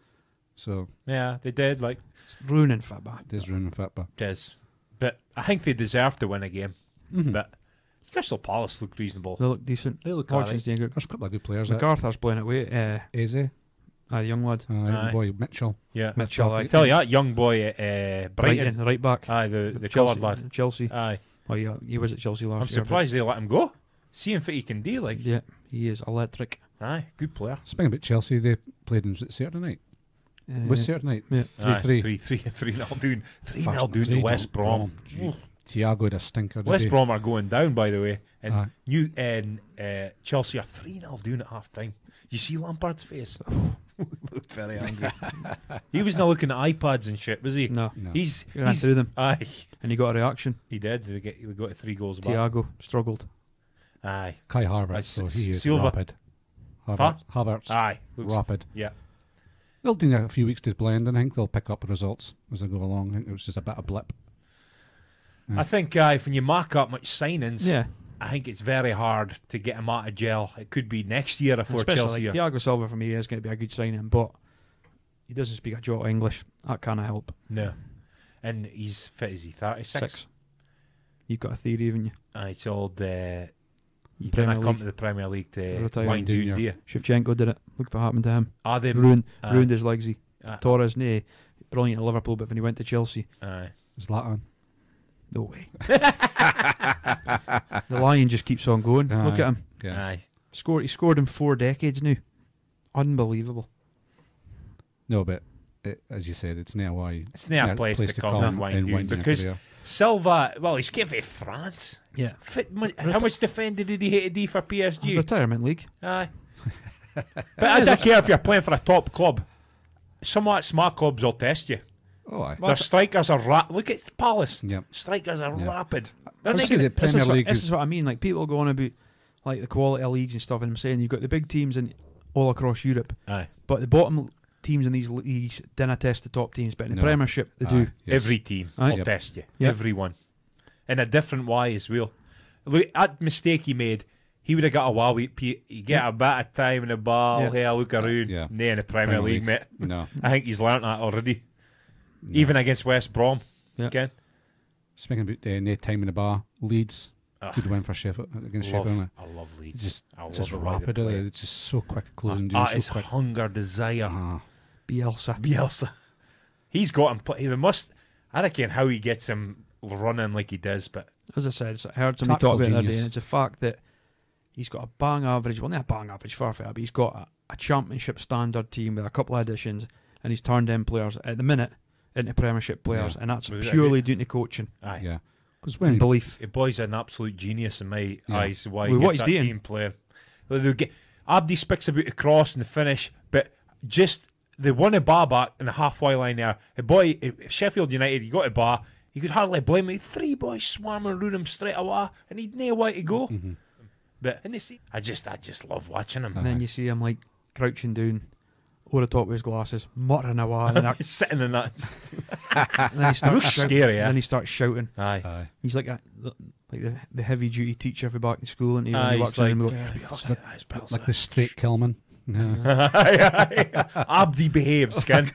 So yeah, they did. Like Ruining Fabba. there's room for that. But does, but I think they deserve to win a game. Mhm. But Crystal Palace looked reasonable. They look decent. They look Hodgson's doing good. there's a couple of good players. Like MacArthur's playing it way. Uh, Eze, aye, young lad. uh, Aye. boy Mitchell. Yeah, Mitchell. I Aye. tell you that young boy at uh, Brighton. Brighton, right back. Aye, the the Chelsea. coloured lad. Chelsea. Aye, Oh yeah, he was at Chelsea last I'm year. but- surprised they let him go. Seeing what he can do, like Yeah, he is electric. aye, good player. Speaking about Chelsea, they played them Saturday night. Uh, Was Saturday night? yeah. Three aye, three. three, three, three, nil doing, three Fuck, nil doing three to West nil, Brom. Brom, gee. Thiago had a stinker. didn't he? West Brom are going down, by the way, and Aye. New and uh, Chelsea are three 0 doing at half time. You see Lampard's face. looked very angry. he was not looking at iPads and shit, was he? No, No. He's, he ran he's through them aye. and he got a reaction. He did. They get we got three goals back. Thiago struggled. Aye, Kai Aye, Harvard, so S- he is Silva. rapid. Harvard, Harvard's aye. Looks- rapid. yeah. They'll do a few weeks to blend, and I think they'll pick up results as they go along. I think it was just a bit of blip. I think aye. When you mark up much signings, Yeah, I think it's very hard to get him out of jail. It could be next year before especially Chelsea. like are- Thiago Silva for me is going to be a good signing, but he doesn't speak a jot of English. That can't help. no, and he's fit as he thirty six. Six. You've got a theory, haven't you? Aye, Ah, it's all the. You Premier cannot come League. to the Premier League to Retire. wind Doing down, your- do you? Shevchenko did it. Look what happened to him. Are they? Ah, Ruined, aye. ruined his legs. He aye, Torres, nay, brilliant at Liverpool, but when he went to Chelsea, aye. Zlatan. no way. the lion just keeps on going. Look Aye. at him. Yeah. aye. Scored. He scored in four decades now. Unbelievable. No, but it, as you said, it's now why. It's not a place, to come and wind down because Silva. Well, he's given France. Yeah. Fit, mu- how much defender did he hit to do for PSG? Retirement league. Aye. but I don't care if you're playing for a top club. Some of that smart clubs will test you. Oh, aye. Their strikers are rap. Look at Palace. Yeah. Strikers are Yeah. rapid. They're I'd not say the gonna- Premier this is, League what, this is. is what I mean. Like people go on about like the quality of leagues and stuff, and I'm saying you've got the big teams in all across Europe, Aye. but the bottom teams in these leagues didn't attest the top teams, but in the No. Premiership they aye, do. yes. Every team Aye. will Yep. test you. Yep. Everyone. In a different way as well. Look, that mistake he made, he would have got a while. He get a bit of time in the ball. Yeah. Hey, I look around. Yeah. Nah, in the Premier, Premier League, League. mate. No. I think he's learnt that already. Even against West Brom. Yeah. Again. Speaking about uh, Nate time in the bar, Leeds. Ugh. Good win for Sheffield uh, against Love, Sheffield. I love Leeds. It's just, I love just the way they rapid. play. eh, It's just so quick at closing Ah, down, it's so quick. hunger, desire. Ah, Bielsa. Bielsa. He's got him. pl- He must. I reckon how he gets him running like he does, but As I said, I heard somebody talk Tactical about it the other day, genius. and it's a fact that he's got a bang average. Well, not a bang average far from it, but he's got a, a championship standard team with a couple of additions, and he's turned in players at the minute into Premiership players, Yeah. and that's Was it- purely due to coaching aye, yeah. Because and when belief. the boy's an absolute genius in my Yeah. eyes. Why Well, he what gets he's that doing- team player? Well, they'll Get, Abdi speaks about the cross and the finish, but just they won a bar back in the halfway line there. A boy, if if Sheffield United, he got a bar. You could hardly blame him. Three boys swam and him straight away, and he'd no way to go. But and they see, I just, I just love watching him. And then you see him like crouching down over the top of his glasses, muttering away, and, that- Sitting in that, and then he starts Looks shout- scary, eh? And then he starts shouting. aye. Aye. He's like a, like the, the heavy duty teacher for back in school, and he, Aye, when he he's walks like, in and we go, "Yeah, fuck it, it's Bielsa." like the straight Kilman. No. Aye, aye. Abdi behaves, can.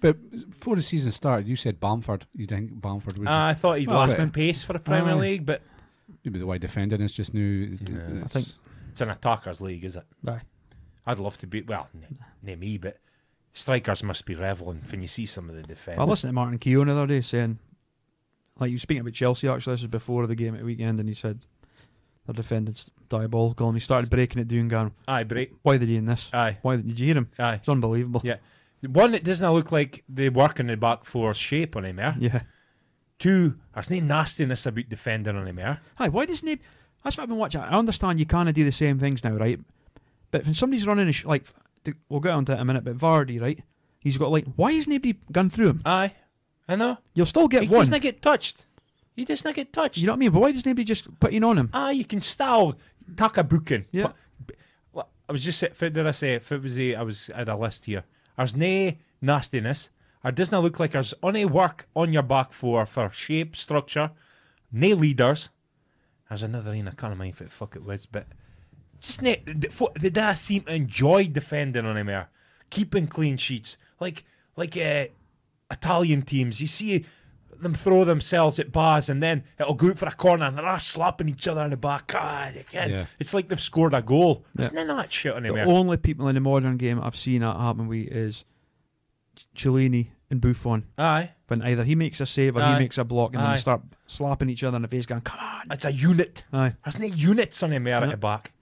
But before the season started, you said Bamford. You think Bamford would Uh, I thought he'd Well, lack but- in pace for the Premier Aye. League, but maybe the way defending is just new. Yeah. I think it's an attackers' league, is it? Aye. I'd love to be. Well, n- name me, but strikers must be reveling when you see some of the defence. I listened to Martin Keown the other day saying, like, you were speaking about Chelsea, actually, this was before the game at the weekend, and he said, their defendant's diabolical, and he started breaking it down, going, Aye, break. why are they doing this? Aye, Why did you hear him? aye. It's unbelievable. Yeah. One, it doesn't look like they work in the back four shape on him here. Yeah. Two, there's no nastiness about defending on him eh? here. Hi, why doesn't he? That's what I've been watching. I understand you kind of do the same things now, right? But when somebody's running, a sh- like, th- we'll get onto it in a minute, but Vardy, right? He's got like, why is nobody gun through him? Aye, I know. You'll still get he one. doesn't get touched. He doesn't get touched. you know what I mean? But why does nobody just put in on him? Aye, you can style Taka Bukin. Yeah. But- but I was just say- what did I say if it was a, I was I had a list here. There's nae nastiness. It doesn't look like there's any work on your back for for shape, structure, nae leaders. There's another one I can't remember if it fuck it was, but just nae th- for- they didn't seem to enjoy defending on him here. Keeping clean sheets. Like like uh, Italian teams, you see them throw themselves at bars and then it'll go out for a corner and they're all slapping each other in the back. Ah, they can. Yeah. It's like they've scored a goal. It's none of that shit The anywhere. only people in the modern game I've seen that happen with is Ch- Cellini and Buffon. Aye. When either he makes a save or Aye. he makes a block, and then Aye. they start slapping each other in the face, going, "Come on!" It's a unit. Aye, There's no units on him there at the back.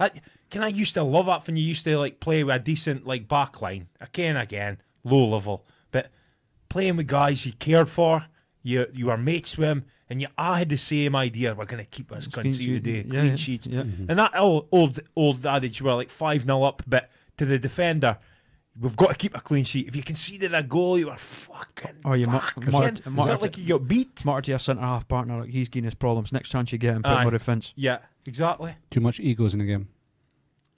I, can I used to love that when you used to like play with a decent like back line. Again, again, low level. But playing with guys you cared for, you you were mates with him, and you I had the same idea we're gonna keep us Clean sheet, conceded today. yeah, clean yeah, sheets. yeah. And that old old old adage where like five 0 up, but to the defender, we've got to keep a clean sheet. If you conceded a goal, you were fucking Or Oh, you mu- fuck, mu- man. mu- It's not like you got beat. Marty, your centre half partner, like, he's getting his problems. Next chance you get him, put Aye. him on the fence. Yeah, exactly. too much egos in the game.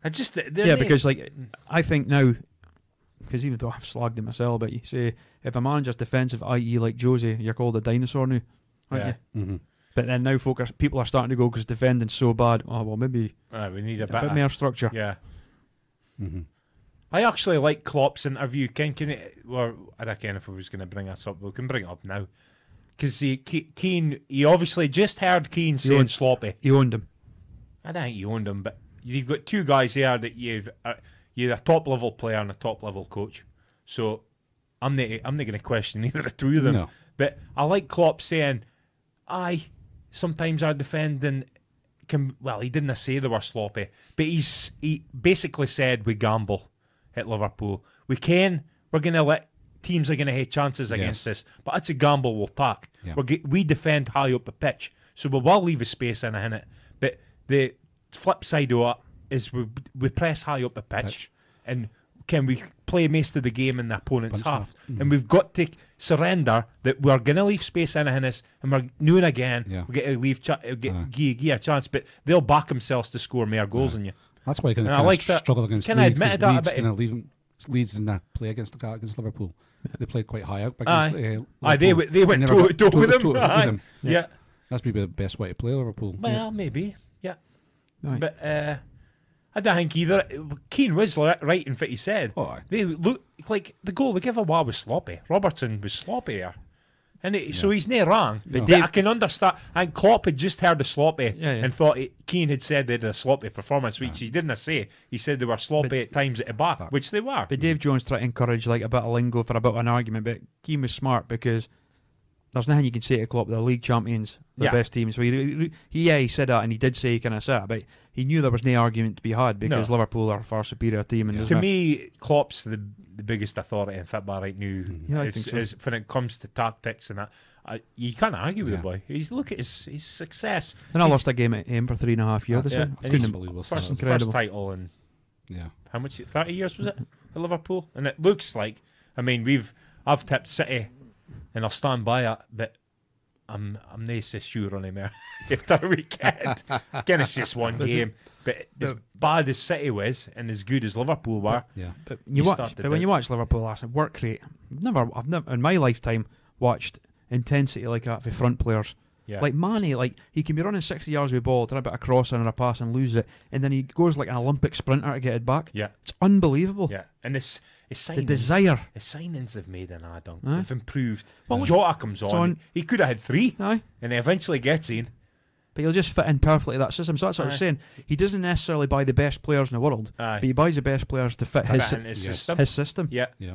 I just Yeah, because like I think now, because even though I've slagged him myself, but you say if a manager's defensive, i.e., like Josie, you're called a dinosaur now, aren't Yeah. you? Mm-hmm. But then now, folk are, people are starting to go because defending's so bad. Oh well, maybe Aye, we need a a bit, bit of, more structure. Yeah. Mm-hmm. I actually like Klopp's interview. Ken, can it, or I reckon if I was going to bring this up, we can bring it up now. Because he, Ke- Keane, he obviously just heard Keane saying owned- sloppy. He owned him. I don't think he owned him, but you've got two guys there that you've uh, you're a top level player and a top level coach. So I'm not I'm not going to question either of the two of them. No. But I like Klopp saying, "I sometimes our defending can well he didn't say they were sloppy, but he's he basically said we gamble at Liverpool. We can we're going to let teams are going to have chances against us, but it's a gamble we'll pack. Yeah. We're g- we defend high up the pitch, so we will leave a space in a it. But the flip side of it is we we press high up the pitch, Pitch. and can we play most of the game in the opponent's Punch half? And we've got to surrender that we're going to leave space in us, and we're new and again. Yeah. We're going to leave cha- uh, get, Aye. give, give a chance, but they'll back themselves to score more goals than you. That's why I kind And of, I kind like of that- struggle against can I Leeds. 'cause admit that a Leeds bit- didn't leave- Leeds in that play against the against Liverpool. They played quite high up Aye. against. Uh, Aye, they, Liverpool. went- they went never toe got to toe with them. Aye. them. Yeah. That's maybe the best way to play Liverpool. Well, maybe. Yeah. Aye. But uh, I don't think either. Keane was li- right in what he said. Oh, aye. They look like the goal they give away was sloppy. Robertson was sloppy there. And it, so he's near wrong. But But Dave- I can understand. And Klopp had just heard the sloppy Yeah, yeah. and thought it, Keane had said they had a sloppy performance, which he didn't say. He said they were sloppy at times at the back, which they were. But Dave Jones tried to encourage like a bit of lingo for a bit of an argument, but Keane was smart because there's nothing you can say to Klopp. They're league champions, the Yeah. best team. So he, he, yeah, he said that, and he did say he kind of said that, but he knew there was no argument to be had because No. Liverpool are a far superior team. And there's to no- me, Klopp's the the biggest authority in football right now. Yeah, I is, think so. is when it comes to tactics and that, I, you can't argue with Yeah. the boy. He's look at his his success. and I he's- lost a game at him for three and a half years. That's This yeah, year. and Couldn't he's believe it. first, Incredible. first title in Yeah. how much? Thirty years was it at Liverpool? And it looks like I mean we've I've tipped City, and I'll stand by it, but. I'm I'm not so sure on him here after the weekend. Again, it's just one game, but as bad as City was and as good as Liverpool were, Yeah. But you He watch, started but when it. you watch Liverpool last night, work rate. I've never, I've never in my lifetime watched intensity like that for front players. Yeah. Like Manny, like he can be running 60 yards with ball, try a bit of crossing or a pass and lose it, and then he goes like an Olympic sprinter to get it back. yeah, It's unbelievable. yeah. And this, his The signings, desire. his signings they've made in Adon, Aye. they've improved. Well, Well, look- Jota comes on. it's on- He could have had three, Aye. and he eventually gets in. But he'll just fit in perfectly to that system. So that's what I Aye. was saying. He doesn't necessarily buy the best players in the world, Aye. but he buys the best players to fit his, Fit in his yes. system. his system. yeah, Yeah.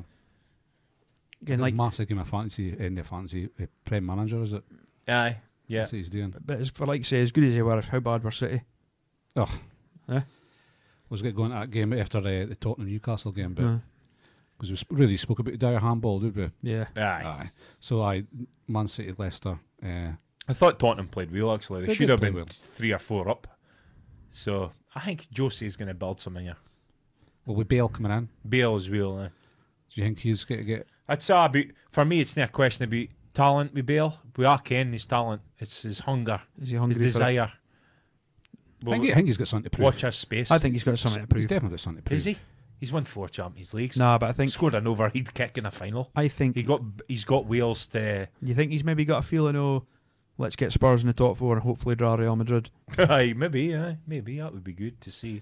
Again, like like, massive game of fantasy in the fantasy uh, prem manager is it? aye, yeah. That's what he's doing. but as, for like say, as good as they were, how bad were City? was get going to that game after uh, the Tottenham Newcastle game, but Aye. because we sp- really spoke about the dire handball, did we? yeah. Aye. Aye. So I, Man City, Leicester. Uh, I thought Tottenham played well actually. They, They should did have play been well. three or four up. So I think Josie's going to build something here. well, with Bale coming in, Bale as well. Eh? do you think he's going to get? I'd say about, for me, it's not a question about talent with Bale. We are ken his talent. It's his hunger, Is he his hungry for it? desire. I, Well, think, I think he's got something to prove. watch his space. I think he's got something to He's prove. definitely got something to prove. Is he? He's won four Champions Leagues. Nah, but I think scored an overhead kick in a final. I think He got he's got Wales to you think he's maybe got a feeling. Oh, let's get Spurs in the top four and hopefully draw Real Madrid. aye, maybe, aye, maybe that would be good to see.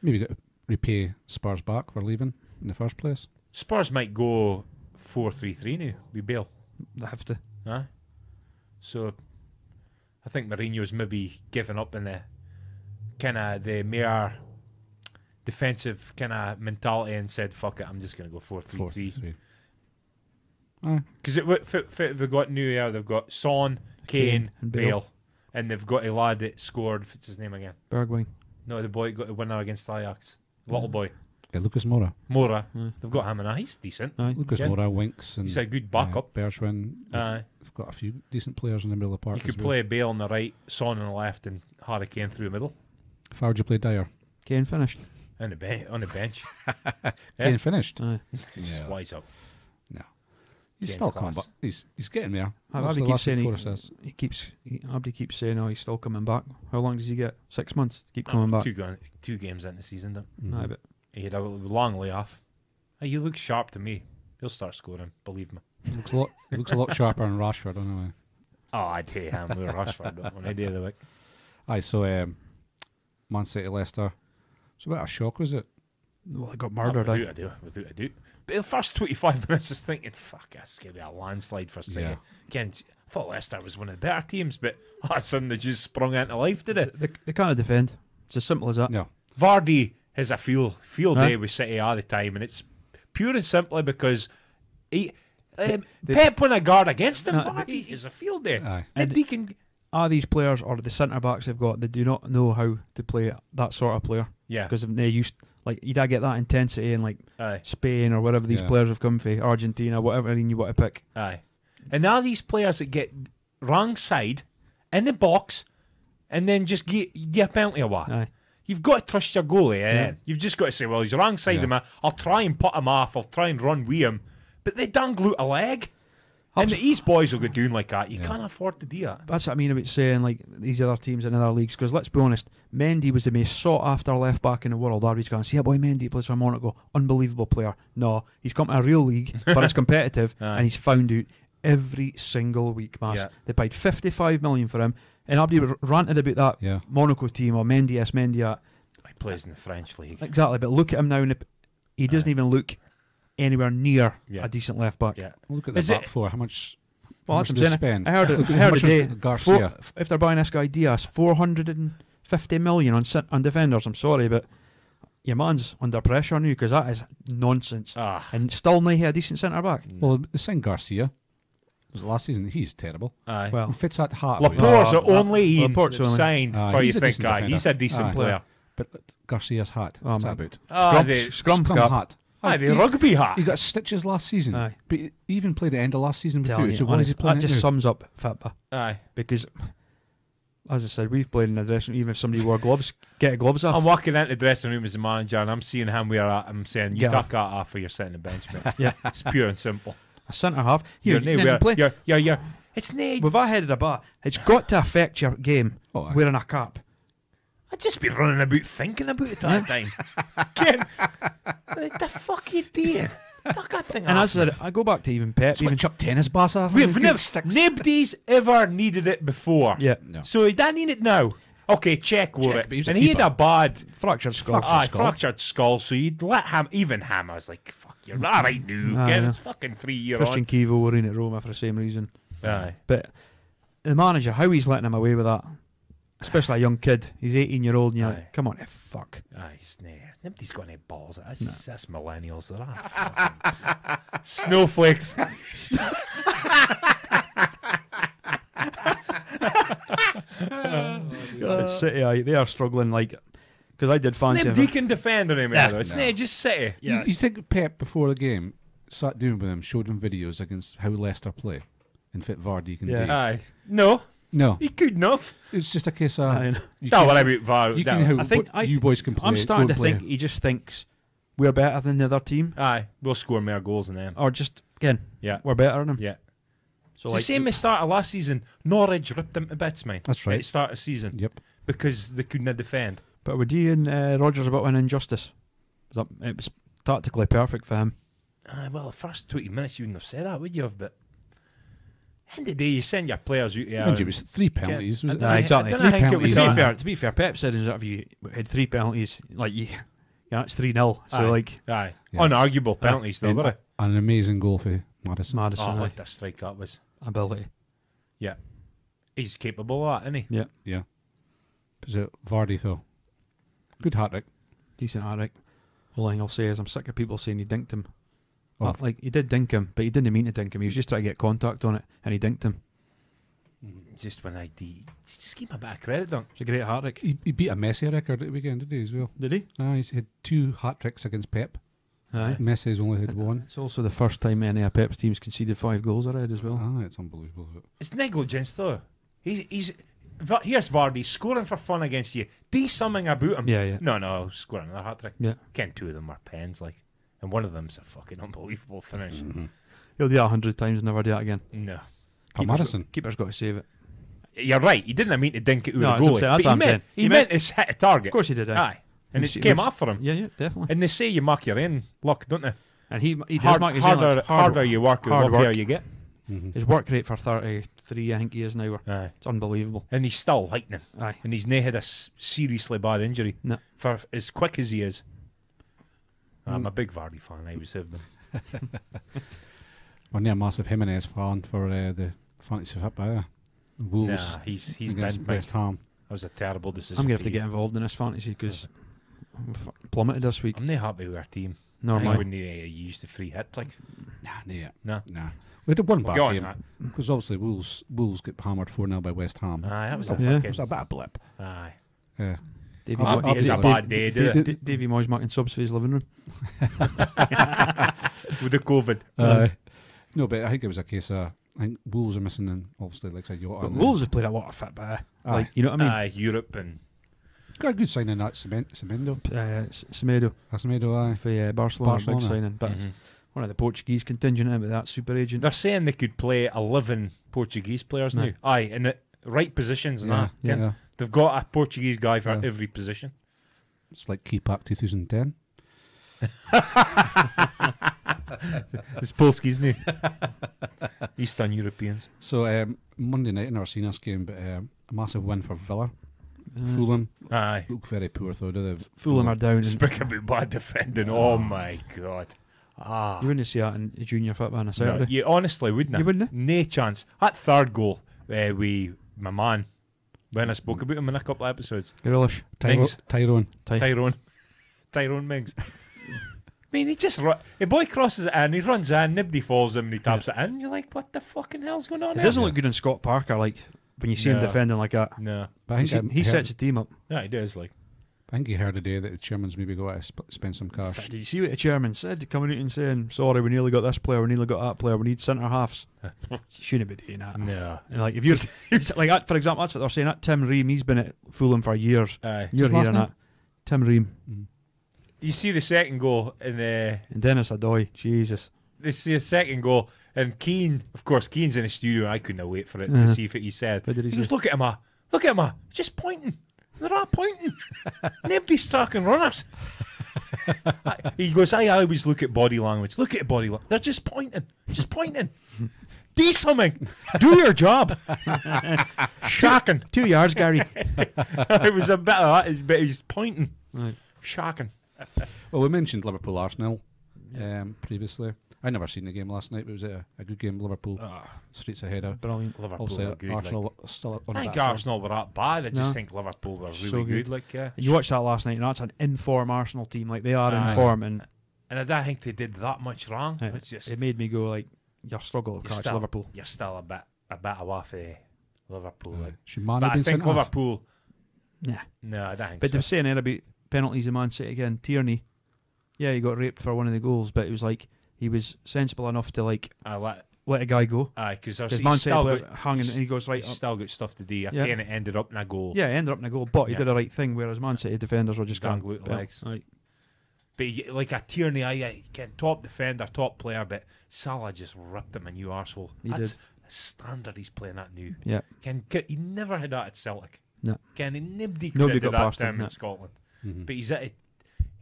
Maybe got to repay Spurs back for leaving in the first place. Spurs might go four three three now with Bale. They have to. Aye. So I think Mourinho's maybe given up in the kind of the mere defensive kind of mentality and said, "Fuck it, I'm just going to go four three Four, three. three. Aye. Because it would fit, fit, they've got New Year, they've got Son, Kane, Kane and Bale. Bale. and they've got a lad that scored. What's his name again? Bergwijn. No, the boy that got a winner against Ajax. Hmm. Little boy, Yeah, Lucas Mora. Mora. Aye. They've got him, and aye, he's decent. Aye. Lucas Yeah. Mora, Winks, and He's a good backup. Uh, Bergwijn. Aye. They've got a few decent players in the middle of the park. You could as well. play Bale on the right, Son on the left, and Harry Kane through the middle If I would you play Dyer? Kane finished. on the bench. On the bench, Yeah. Yeah. Kane finished. Aye. Just Yeah. wise up. He's Kane's still coming class. back. He's he's getting there. I- What's Abby the keeps last saying four he, assists? he keeps. He, Abdi keeps saying, "Oh, he's still coming back." How long does he get? Six months. Keep coming back. Oh, Two, gun, two games into the season, though. Mhm. Aye, but he had a long layoff. Hey, you look sharp to me. He'll start scoring, believe me. Mm. looks a lot looks a lot sharper than Rashford anyway. Oh, I'd hate him with Rashford on any day of the week. Aye, so um, Man City Leicester. It's a bit of a shock, was it? well, he got murdered. eh? Without I, a doubt, without a doubt. But the first 25 minutes, I was thinking, fuck, this could be a landslide for City. Yeah. Again, I thought Leicester was one of the better teams, but all of a sudden they just sprung into life, did it? they, they can't defend. It's as simple as that. No. Vardy has a field, field Huh? day with City all the time, and it's pure and simply because he. Um, They- Pep won a guard against him. No, uh, Vardy is a field eh. day. Aye. And And- he can, Are these players or the centre backs they've got? They do not know how to play that sort of player yeah, because they used like you would get that intensity in like aye. Spain or wherever these Yeah. players have come from, Argentina, whatever team you want to pick. Aye. And now these players that get wrong side in the box and then just get, get a penalty away. Aye. You've got to trust your goalie. And then you've just got to say, well, he's wrong side of me. I'll try and put him off. I'll try and run with him. But they don't glute a leg. And the East boys will go doing like that. You can't afford to do that. That's what I mean about saying like these other teams in other leagues. Because let's be honest, Mendy was the most sought after left back in the world. Arby's going, see a boy Mendy plays for Monaco, unbelievable player. No, he's come to a real league, but it's competitive, Aye. and he's found out every single week. Mass Yeah. they paid fifty five million for him, and Arby r- ranted about that Yeah. Monaco team or Mendy s Mendy at He plays in the French league. exactly. But look at him now, and it- he doesn't Aye. even look anywhere near Yeah. a decent left back. Yeah. Look at the Is back it- four. How much? Well, how that's much did what they I'm saying. spend? I heard, it- Look I at how heard much today, was four, Garcia. f- if they're buying this guy Diaz, 450 million on, cent- on defenders. I'm sorry, but your man's under pressure on you because that is nonsense. Ah, And still not a decent centre back. well, the same Garcia. Was it last season? He's terrible. aye. Well, And fits at heart. Laporte's Oh, the only La- in Laporte's only- signed Aye, for you he's a think decent guy. defender. He's a decent Aye. player. but Garcia's hat. Oh, what's that man. about? Ah, scrum, they- scrum, Scrum cap. hat. Aye, the He- rugby hat. He got stitches last season, Aye. but he even played the end of last season with Telling you. you, So why is honest, he that playing just it now? sums up FIPA Aye. because, as I said, we've played in a dressing room. Even if somebody wore gloves, get gloves off. I'm walking into the dressing room as a manager and I'm seeing him where I- I'm saying, you Get tough off. that off or you're sitting the bench, mate. Yeah. It's pure and simple. a centre half. You're Here, nay now where- play- you're, you're, you're, it's nay. With that head at a bar, it's got to affect your game Oh, aye. wearing a cap. I'd just be running about thinking about it all the time. Ken, what the fuck you doing? Fuck, I think And I- as I said, I go back to even Pep. Even chuck tennis bars off. We've nev- nobody's ever needed it before. yeah, No. So he didn't need it now. Okay, check wore Czech, it. but he was a and he had keeper. a bad fractured skull. Fractured aye, skull. fractured skull, so you'd let him, even him, I was like, fuck, you're all right now, Aye, get yeah. it's fucking three year Christian on. Kivo were in at Roma for the same reason. Aye. But the manager, how he's letting him away with that, especially a young kid. He's 18 year old, and you're Aye. like, come on, eh, fuck. Aye, it's nah, nobody's got any balls. That's, that's millennials. They're all fucking- snowflakes. But City, aye, they are struggling. Like, because I did fancy. Nobody him. can defend on him Yeah, either. It's no. nah, just City. You- You, think Pep before the game sat down with him, showed him videos against how Leicester play, and fit Vardy can Yeah. Uh, do. Aye. No, no, he could enough. it's just a case of Aye, no. you Don't can, worry about VAR. you that can how one. I think- what I- you boys can play. I'm starting go to play. think he just thinks we're better than the other team, Aye, we'll score more goals than them. or just again, Yeah. we're better than them. Yeah. So it's Um, the same as start of last season. Norwich ripped them to bits, mate. That's right. At the start of season Yep. because they couldn't defend. But would you and uh, Rogers about an injustice? It was, it was tactically perfect for him. Aye, well, the first 20 minutes you wouldn't have said that, would you have? But end of the day, you send your players out there. Mind you, it and- was three penalties. Was it? Aye, exactly. I don't think it To be Penalties, was that. aye. fair, to be fair, Pep said in his interview we had three penalties. Like, yeah, yeah that's three 0 So Aye. like, Aye, Yeah. unarguable penalties though, And- were it? And an amazing goal for Madison. Madison Oh, aye, what a strike that was. ability. Yeah. He's capable of that, isn't he? Yeah, Yeah. Was it Vardy though? Good hat trick. decent Eric. All thing I'll say is I'm sick of people saying he dinked him. Oh. That- Like he did dink him, but he didn't mean to dink him. He was just trying to get contact on it, and he dinked him. Just when I de- just give him a bit of credit, don't. It's a great hat trick. He, he beat a Messi record at the weekend, did he as well? Did he? Ah, he's had two hat tricks against Pep. Aye. Messi's only had one. It's also the first time any of Pep's teams conceded five goals already as well. Ah, it's unbelievable. isn't it? It's negligence though. He's he's Va- here's Vardy scoring for fun against you. Do something about him. Yeah, yeah. No, no, I'll score another hat trick. Yeah. Ken, two of them are pens, like, and one of them's a fucking unbelievable finish. He'll do that a hundred times, never do that again. No, For Madison. Got, keeper's got to save it. you're right. He didn't mean to dink it with No, the that's what I'm goalie. saying, that's but what he I'm meant saying. he, He meant his hit a target. Of course he did. Aye. aye. And it We've seen- came we've- off for him. Yeah, yeah, definitely. And they say you mark your in luck, don't they? and he he does Hard- mark his harder, own, like, harder you work, the hard luckier work. you get. Mm-hmm. His work rate for 33, I think he is now. Aye. It's unbelievable. And he's still lightning, Aye. and he's never had a s- seriously bad injury. No. For as quick as he is, I'm a big Vardy fan. I was have been. Or near a massive Jimenez fan for uh, the fantasy football. Wolves Nah, he's he's against been. West That Ham. was a terrible decision. I'm going to have to for you. get involved in this fantasy because plummeted this week. I'm not happy with our team. Nor am I I. wouldn't uh, use the free hit. Like, Nah, nah, yeah. no. nah. We had a one back Go on, game that. because obviously Wolves Wolves get hammered four 0 by West Ham. Aye, Ah, that was a Yeah. It was fucking. a bit of a blip. Aye. Yeah. Davy That Moy- is a Davy- bad day, Da- did it? Da- Davy Moyes marking subs for his living room. With the COVID. Uh, Um, No, but I think it was a case of I think Wolves are missing, and obviously like I said, Yota. But and- Wolves have played a lot of uh, football. Like, you know what I mean? Aye, Europe and. got a good sign in that Cement, Cemento. Uh, S- Semedo Semedo, aye. for uh, Barcelona, big Barcelona. signing. But it's one of the Portuguese contingent in with Mm-hmm. that super agent. mhm. They're saying they could play 11 Portuguese players No. now. Aye, in the right positions and Yeah, that. Ken. yeah. They've got a Portuguese guy for Yeah. every position. It's like Keepak 2010. It's Polskis new. Eastern Europeans. So um, Monday night, I never seen this game, but um, a massive win for Villa. Uh, Fulham Aye. look very poor though, do they? Mm. Fulham are down. And Speak about bad defending. Oh my God. Ah. you wouldn't see that in junior football on a No, Saturday. you honestly wouldn't. You eh? wouldna? No chance. That third goal, uh, we my man, when I spoke about him in a couple of episodes, Grealish. Tyro- Mings. Tyrone. Tyrone, Tyrone Mings. I mean, he just ru- the boy crosses it in, he runs in, nobody follows him, and he taps it in. You're like, what the fucking hell's going on? It here? doesn't look good on Scott Parker, like when you see him No. defending like that. No, But I He, think I'm he heard- sets a team up. no, it does. Like, I think he heard today that the chairman's maybe go out and sp- spend some cash. Did you see what the chairman said? Coming out and saying, "Sorry, we nearly got this player, we nearly got that player, we need centre halves." Shouldn't be doing that. no, And like if you're like that, for example, that's what they're saying. That Tim Ream, he's been at Fulham for years. aye. You're His last hearing name? that, Tim Ream You see the second goal, and uh, and Dennis Adoy. Jesus, they see a second goal, and Keane, of course, Keane's in the studio. I couldn't wait for it Uh-huh. to see what he said. What did he He goes, say? look at him, ah. look at him, ah. just pointing. They're all pointing. Nobody's tracking runners. He goes, I always look at body language. Look at body language. They're just pointing, just pointing. Do something. Do your job. Shocking. Two yards, Gary. it was a bit of that, it's- but he's pointing. Right. Shocking. Well, we mentioned Liverpool Arsenal um, previously. I never seen the game last night, but it was a, a good game. Liverpool streets ahead of Brilliant. Uh, Liverpool also are good. like. Arsenal still up on I a think bit of form. Arsenal were that bad. I just No. think Liverpool were really So good. good. Like, yeah. You watched that last night, and that's an inform Arsenal team. Like they are Aye. in form, and And I don't think they did that much wrong. it, It's just it made me go like, "Your struggle to You catch start- Liverpool." you're still a bit a bit away from Liverpool. Like. Should Mane But I been think sent off? Liverpool. Yeah, No, I don't think but they so. were saying there about penalties in Man City again. Tierney, yeah, he got raped for one of the goals, but it was like he was sensible enough to like I let let a guy go aye because because he's Man City still player got, hung and and he goes right. he's Up. still got stuff to do. I Yeah. think it ended up in a goal. Yeah, he ended up in a goal, but he Yeah. did the right thing. Whereas Man City defenders were just going Dangled "Well, legs." right. But you- like a tear in the eye, I can top defender, top player, but Salah just ripped him a new arsehole. He That's a standard he's playing at new. Yeah. Can, can he never had that at Celtic? No. Can he nobody could Nobody have did got that past to him, him no. in Scotland? Mhm. But he's at it.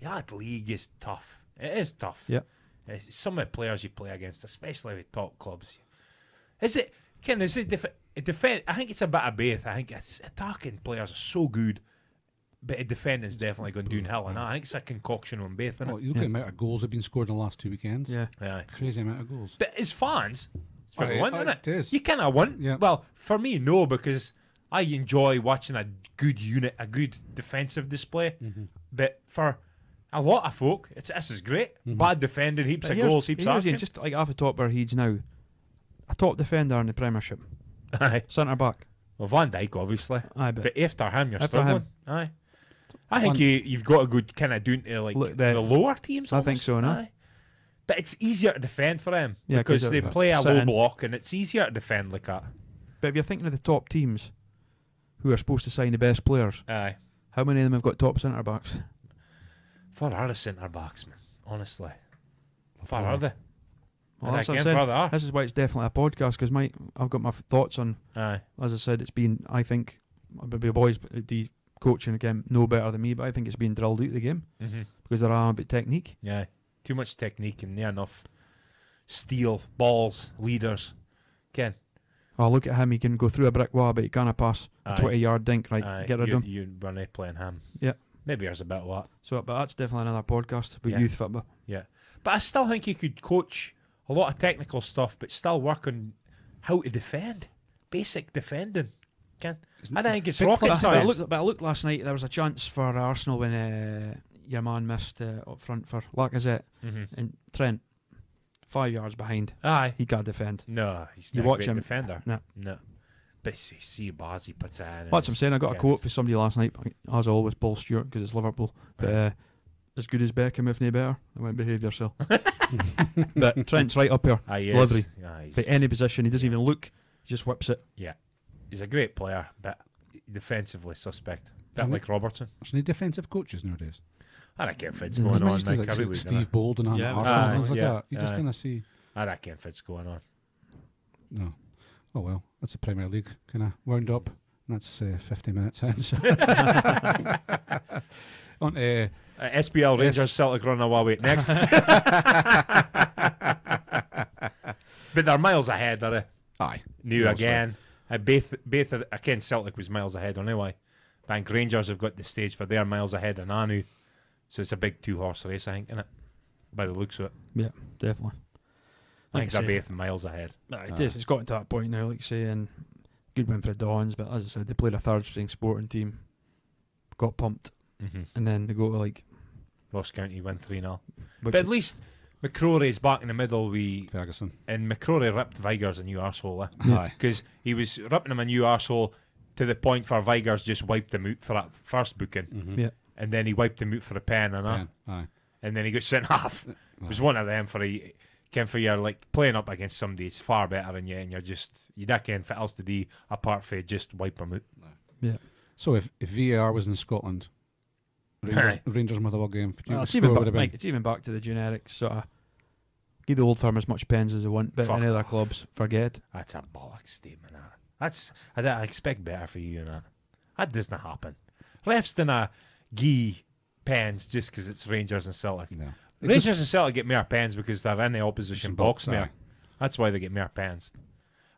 That league is tough. It is tough. Yeah. Uh, some of the players you play against, especially with top clubs, is it? Ken, is it def- defend? I think it's a bit of both. I think it's attacking players are so good, but the defending's definitely going downhill, and I think it's a concoction on both. Isn't Well, it? you look at the amount of goals that have been scored in the last two weekends. Oh, Yeah, Oh, Aye. Crazy amount of goals. But as fans, it's for Aye, one, aye, isn't it? it is. You cannot win. Yeah. Well, for me, no, because I enjoy watching a good unit, a good defensive display. Mm-hmm. But for a lot of folk, it's this is great. Bad defending, heaps Mm-hmm. But of here's- goals, heaps of here's you, action. just like off the top of our heads now, a top defender in the Premiership, Aye. centre back. Well, Van Dijk, obviously. I bet. But after him, you're After struggling. him. Aye. I think you, you've got a good kind of doing to like Look, the, the- lower teams. I think almost. so, no? Aye. But it's easier to defend for them Yeah, 'cause because they they're play a low sitting. block and it's easier to defend like that. But if you're thinking of the top teams who are supposed to sign the best players, Aye. how many of them have got top centre backs? Far are the centre backs, man. Honestly, far Aye. are they? Well, And that's what I'm again, saying. far they are. This is why it's definitely a podcast because my I've got my f- thoughts on. Aye. As I said, it's been I think maybe the boys at the coaching again know better than me, but I think it's been drilled out of the game Mm-hmm. because they're a bit technique. Yeah. Too much technique and not enough steel, balls, leaders. Ken, Oh, look at him! He can go through a brick wall, but he can't pass Aye. a twenty-yard dink. Right, aye, get rid you, of him. you were not playing him. Yeah. Maybe there's a bit of that. So, but that's definitely another podcast. But Yeah. youth football, Yeah. But I still think you could coach a lot of technical stuff, but still work on how to defend. Basic defending. Ken, I don't think it's Big rocket But, but I science. looked, but I looked last night. There was a chance for Arsenal when uh, your man missed uh, up front for Lacazette Mhm. and Trent, five yards behind. Aye. He can't defend. No, he's You not watch a great him- defender. No. No. But see, see Bazzi puts it in. and That's what I'm it's- saying. I got a Yes. quote for somebody last night, as always, Paul Stewart, because it's Liverpool. But Right. uh, as good as Beckham, if no better, I went behave yourself. but Trent's right up here. Aye, Ah, he Delivery. is. Aye, he's- For any position, he doesn't even look. He just whips it. he's a great player, but defensively suspect. Bit Isn't he? like Robertson. There's no defensive coaches nowadays. I don't care if it's They going on, managed to do Mike. I like really Steve don't. Bolden and Yeah, Arsenal aye, and things like yeah, that. You just aye. kind of see. I don't care if it's going on. No. Oh well, that's the Premier League kind of wound up. And that's uh, 50 minutes in. So. On uh, Uh, SBL Yes. Rangers Celtic run away with next. but they're miles ahead, are they? aye, New Miles again. Uh, both, both of, I ken Celtic was miles ahead anyway. Bank Rangers have got the stage for their miles ahead and Anu. So it's a big two horse race, I think, isn't it? By the looks of it. Yeah, definitely. I think Like I they're say- both miles ahead. Nah, it is. It's gotten to that point now, like saying good win for the Dons, but as I said, they played a third string sporting team, got pumped, Mm-hmm. and then they go to like Ross County win 3 0. which But at least McCrory's back in the middle. We Ferguson. and McCrory ripped Vigers a new arsehole eh? Aye. because he was ripping him a new arsehole to the point where Vigers just wiped him out for that first booking, Mhm. Yeah. and then he wiped him out for a pen and that, Pen, Aye. and then he got sent off. It was one of them for a. Ken, for you're like playing up against somebody, it's far better than you, and you're just you don't care anything else to do apart from just wipe them out. So if, if VAR was in Scotland, Rangers, Rangers Motherwell game, for you, Well, the it's, even score would back, have been like, it's even back to the generic sort of give the old firm as much pens as they want, but Fuck any other off. clubs forget. That's a bollock statement. That. That's I, don't- I expect better for you and that. That doesn't happen. Refs done a gee pens just because it's Rangers and Celtic. No. Rangers and Celtic get more pens because they're in the opposition Opposition box box, more. aye. That's why they get more pens.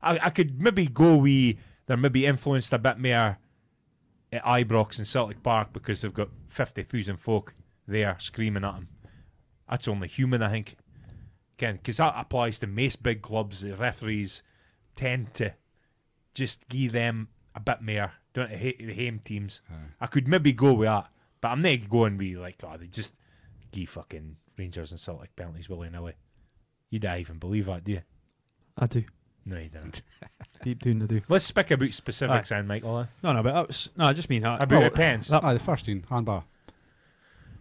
I, I could maybe go we they're maybe influenced a bit more at Ibrox and Celtic Park because they've got fifty thousand folk there screaming at them. That's only human, I think. Again, because that applies to most big clubs. The referees tend to just give them a bit more. Don't they hate the home teams. I could maybe go with that, but I'm not going with like, oh, they just give fucking Rangers and Celtic penalties willy nilly. You don't even believe that, do you? I do. No, you don't. Deep down, I do. Let's speak about specifics, then, Michael. eh? No, no, but that was, no, I just mean that. About Oh, the pens. that- Aye, the first team, handbar.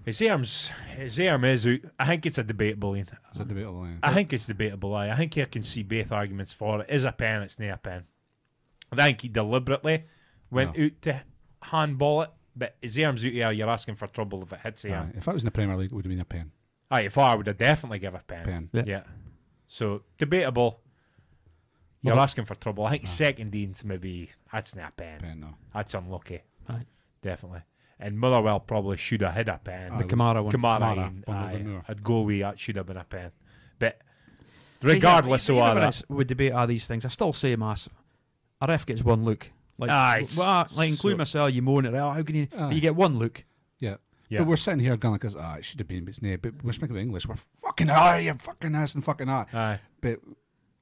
His arms, his arm is out. I think it's a debatable. Ian. Is it debatable? yeah. I think it's debatable. Aye. I think I can see both arguments for it. Is a pen, it's not a pen. I think he deliberately went out to handball it, but his arm's out here. You're asking for trouble if it hits the arm. Aye, If that was in the Premier League, it would have been a pen. Aye, if I would have definitely give a pen. Pen. Yeah. Yeah. So debatable. You're Well, that- asking for trouble. I think second Dean's maybe that's not a pen. Pen, no. That's unlucky. Aye. Definitely. And Motherwell probably should have had a pen. the Kamara one. Kamara, Kamara, Ian, bundled aye, in there. I'd go with that should have been a pen. But regardless you know, of when all it's- we debate all these things. I still say mass. A ref gets one look. Like, Aye, w- well, I- like include so- myself. You moan at, oh, how can you? but Aye. you get one look. Yeah. Yeah. But we're sitting here going like, ah, it should have been, but it's nay. But we're speaking English. We're fucking ah, you fucking this and fucking that. that. Aye. But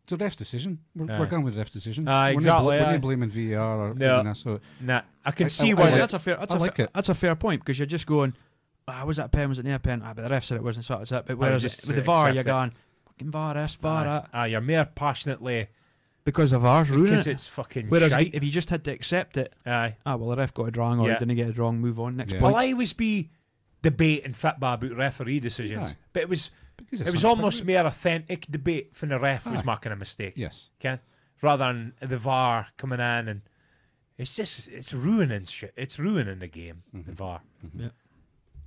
it's a ref's decision. We're, Aye. we're going with the ref's decision. Aye, we're exactly, Not, bl- aye. we're not blaming VAR or No. anything else, so Nah, I can I- see I- why I- Yeah, like that- that's a fair. That's I a like fair, it. That's a fair point because you're just going. Ah, was that pen? Was it near pen? Ah, but the ref said it wasn't. So that's it. But whereas just with the VAR, accept you're it. going fucking VAR this, VAR aye, that, aye, you're more passionately because the VAR's ruining because it. it's fucking Whereas shite. if you just had to accept it, aye. ah, well, the ref got it wrong or Yeah. he didn't get it wrong. Move on. Next Yeah. point. Well, I always be debating football about referee decisions, Aye. but it was because it's it was something- almost more authentic debate when the ref was Aye. making a mistake, yes. okay? rather than the VAR coming in and it's just it's ruining shit. It's ruining the game. Mm-hmm. The VAR. Yeah.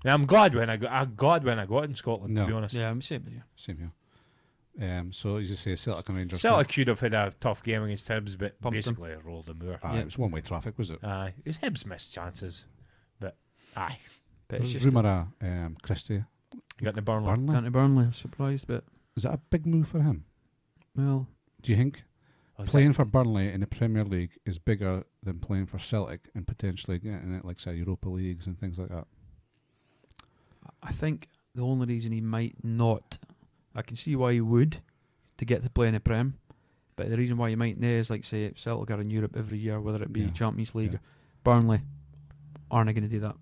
And I'm glad when I got I'm glad when I got it in Scotland. To No. be honest, yeah, I'm saying. with you. Same here. Um, so you just say Celtic and Rangers. Celtic should have had a tough game against Hibs, but Pumped 'em. basically rolled them over. Ah, Yeah. It was one-way traffic, was it? Aye, it was Hibs missed chances, but aye, But it's There's just rumour of um, Christie you got the Burnley. Burnley. Anthony Burnley. I'm surprised, but Is that a big move for him? well, Do you think Was playing for Burnley in the Premier League is bigger than playing for Celtic and potentially getting it like say Europa leagues and things like that? I think the only reason he might not, I can see why he would, to get to play in the Prem, but the reason why he might not is like say Celtic are in Europe every year, whether it be Yeah, Champions League, yeah. or Burnley, aren't going to do that?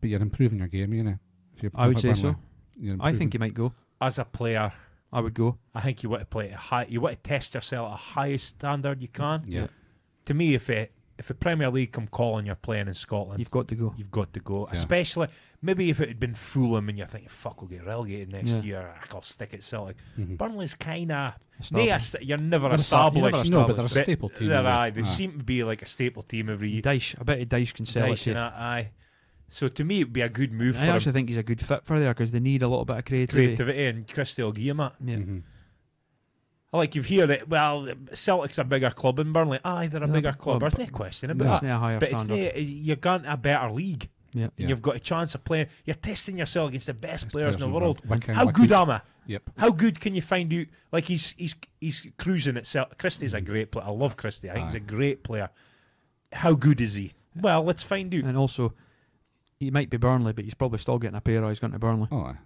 But you're improving your game, you know. If you're I would playing say for so. Burnley, I think he might go. as a player, I would go. I think you want to play at a high. You want to test yourself at the highest standard you can. yeah. Yeah. To me, if it if the Premier League come calling, you're playing in Scotland. You've, You've got to go. got to go. Yeah. Especially maybe if it had been Fulham and you're thinking, "Fuck, we'll get relegated next Yeah. year. Ach, I'll stick at Celtic." Mhm. Burnley's kind of Stop. they st- you're never They're a sta- you're established. never No, but they're a staple team, They're, aren't they? aye, they Aye. seem to be like a staple team every year. Dice. I bet Dice can sell it. Dice to and you. that, aye. So to me, it'd be a good move I for actually him. think he's a good fit for there because they need a little bit of creativity. creativity and Christy Gilmore. Yeah. Mhm. I like you've heard it. Well, Celtic's a bigger club in Burnley. Aye, they're a They're a bigger big club. club, There's but- no question But about it's that. not a higher But it's standard. not, you're going to a better league. yeah. And Yeah. you've got a chance of playing. You're testing yourself against the best, Best players, in the world. Wickham, How Wickham. good am I? Yep. How good can you find out? Like he's he's he's cruising at Celtic. Christie's a great player. I love Christie. I think he's Mm. Aye. a great player. How good is he? Well, let's find out. And also, he might be Burnley, but he's probably still getting a pair. Or he's going to Burnley. Oh, aye.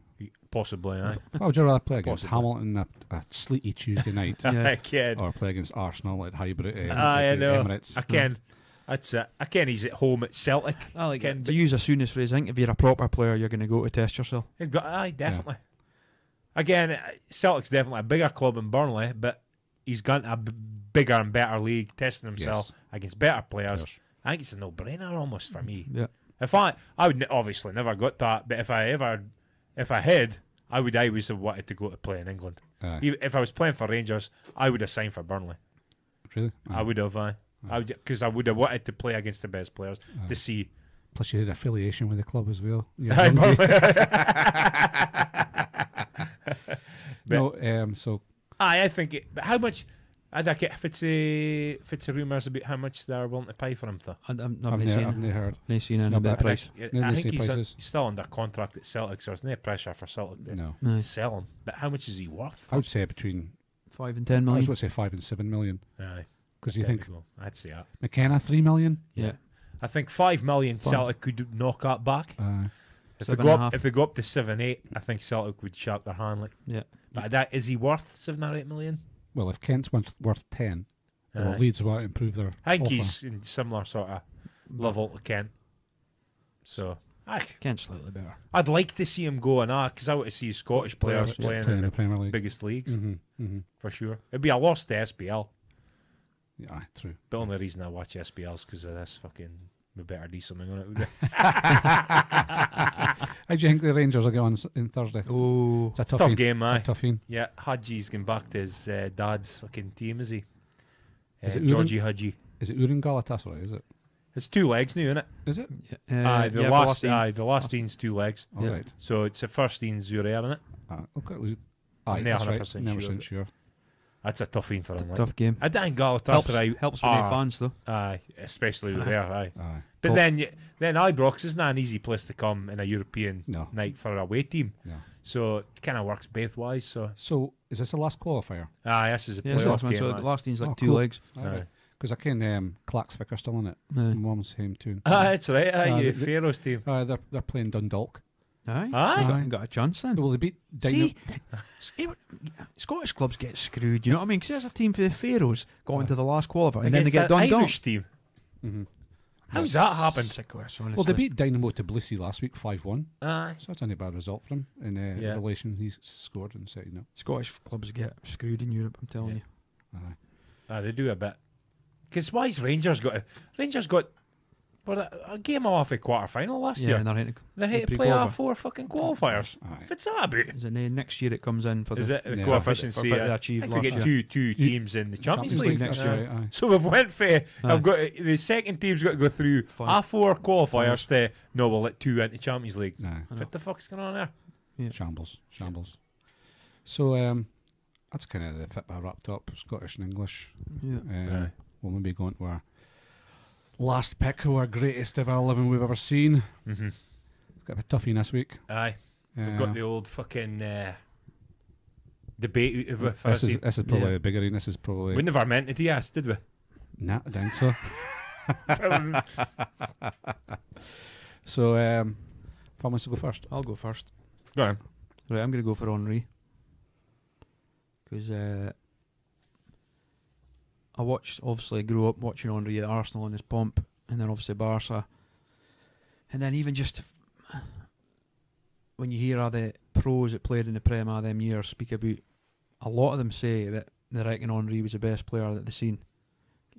Possibly, aye. Why would you rather play against Possibly. Hamilton a, a sleety Tuesday night Yeah. I can. or play against Arsenal at Highbury? eh, Aye, I at the know. Emirates? Ah, I can. That's it. I can. He's at home at Celtic. I like Ken, it. but- To use a soonest phrase, I think if you're a proper player, you're going to go to test yourself. They've got aye, definitely. Again, uh, Celtic's definitely a bigger club in Burnley, but he's gone to a b- bigger and better league, testing himself Yes. against better players. Players. I think it's a no-brainer almost for me. Yeah. If I, I would n- obviously never got that, but if I ever, if I had, I would always have wanted to go to play in England. Aye. Even If I was playing for Rangers, I would have signed for Burnley. uh, Really? I would have, aye. I would because I would have wanted to play against the best players to see. Plus, you had affiliation with the club as well. You're Aye, Dundee. Burnley. no, um, so um, Aye, I think it. But how much? I don't get if it's a if it's a rumours about how much they're willing to pay for him though. I, I'm not I've really never, I've seen, never heard. not seen any No, of but that And I- price. I, Then they think say he's, a- prices. he's still under contract at Celtic, so there's no pressure for Celtic to No, No, sell him. But how much is he worth? I would say between. five and ten I was million. going to say five and seven million Aye, because you there we think go. I'd say that. McKenna three million. Yeah, I think five million Fine. Celtic could knock that back. Uh, If they Seven and go a up, half. if they go up to seven eight, I think Celtic would shout their hand like. Yeah. But that is he worth seven or eight million? well, if Kent's worth, worth ten, well, Aye. Leeds will improve their. I think offer. he's in similar sort of level to Kent. So I, Kent's slightly better. I'd like to see him go and ah, because I want to see Scottish players Players, playing, playing in the the Premier League. biggest leagues hmm hmm for sure. It'd be a loss to SPL. Yeah, aye, true. The only reason I watch SPL is because of this fucking. We better do something on it. wouldn't we? I do you think the Rangers will get on s- in Thursday. Oh, It's a tough, Tough game, aye. It's a tough Yeah, Hadji's going back to his uh, dad's fucking team, is he? Uh, Is it Uran? Georgie Hadji. Is it Urin Galatasaray? Is it? It's two legs new, isn't it? Is it? Uh, aye, the last, aye, the last team's two legs. All Yeah. right. So it's the first team's Zurich, isn't it? Uh, okay. we- Aye, Never that's right. 100% Never sure, sure. but- sure. That's a tough thing for him. Like. tough game. I think Helps, Galatasaray helps with are, the fans though. Aye, especially with there, aye. Aye. But Well- then, y- then Ibrox is not an easy place to come in a European No. night for a away team. No. So it kind of works both ways. So So is this the last qualifier? aye, this is a Yeah, it's the last playoff one. game. So aye. the last team's like Oh, two cool. legs. Aye. Because I can um, Claxvick are still in it. Aye. Mm. Mom's home tune. Ah, that's right. Aye, Uh, you the- the- Pharaoh's team. Uh, they're they're playing Dundalk. Aye, Aye. Got, got a chance Hmm. then. Will they beat Dino? See, see, Scottish clubs get screwed. You know what I mean? 'Cause there's a team for the Pharaohs got into the last qualifier, and then they Against get that done done. Irish team. Mhm. How's that happened? Sick of us, honestly. Well, they beat Dynamo Tbilisi last week, five one. Aye. So that's not a bad result for him in uh, Yeah. relation. He scored and setting up. Scottish clubs get screwed in Europe. I'm telling Yeah. you. Aye. Ah, they do a bit. Because why's Rangers got a, Rangers got well, a, a game off a quarter final last Yeah, year. and they're into, They the had to play all pre-qualifier. four fucking qualifiers. Aye. If it's that about, Is it ne- next year it comes in for the is it the Yeah. for- for coefficiency? what they uh, I achieved think we last get year? two two teams in the Champions, Champions League, League That's next year. right. Aye. So we've went for Aye. I've got the second team's got to go through Five. our four qualifiers to no we'll let two into Champions League. Aye. I know. What the fuck's going on there? Shambles, shambles. So um, that's kind of the FIPA wrapped up, Scottish and English. Yeah. Um, Aye. We'll maybe go on to our last pick, our greatest ever living we've ever seen. Mm-hmm. Got a bit toughy this week. Aye. We've Uh, got the old fucking uh, debate out of it for this us. is this is probably Yeah. a bigger. This is probably We never meant to do this, did we? nah, I think so. So um, if I must go first, I'll go first. Go on. Right, I'm going to go for Henri. Because uh, I watched, obviously, grew up watching Henri at Arsenal in his pomp, and then obviously Barca. And then even just when you hear all the pros that played in the Prem all them years speak about, a lot of them say that they reckon Henri was the best player that they've seen,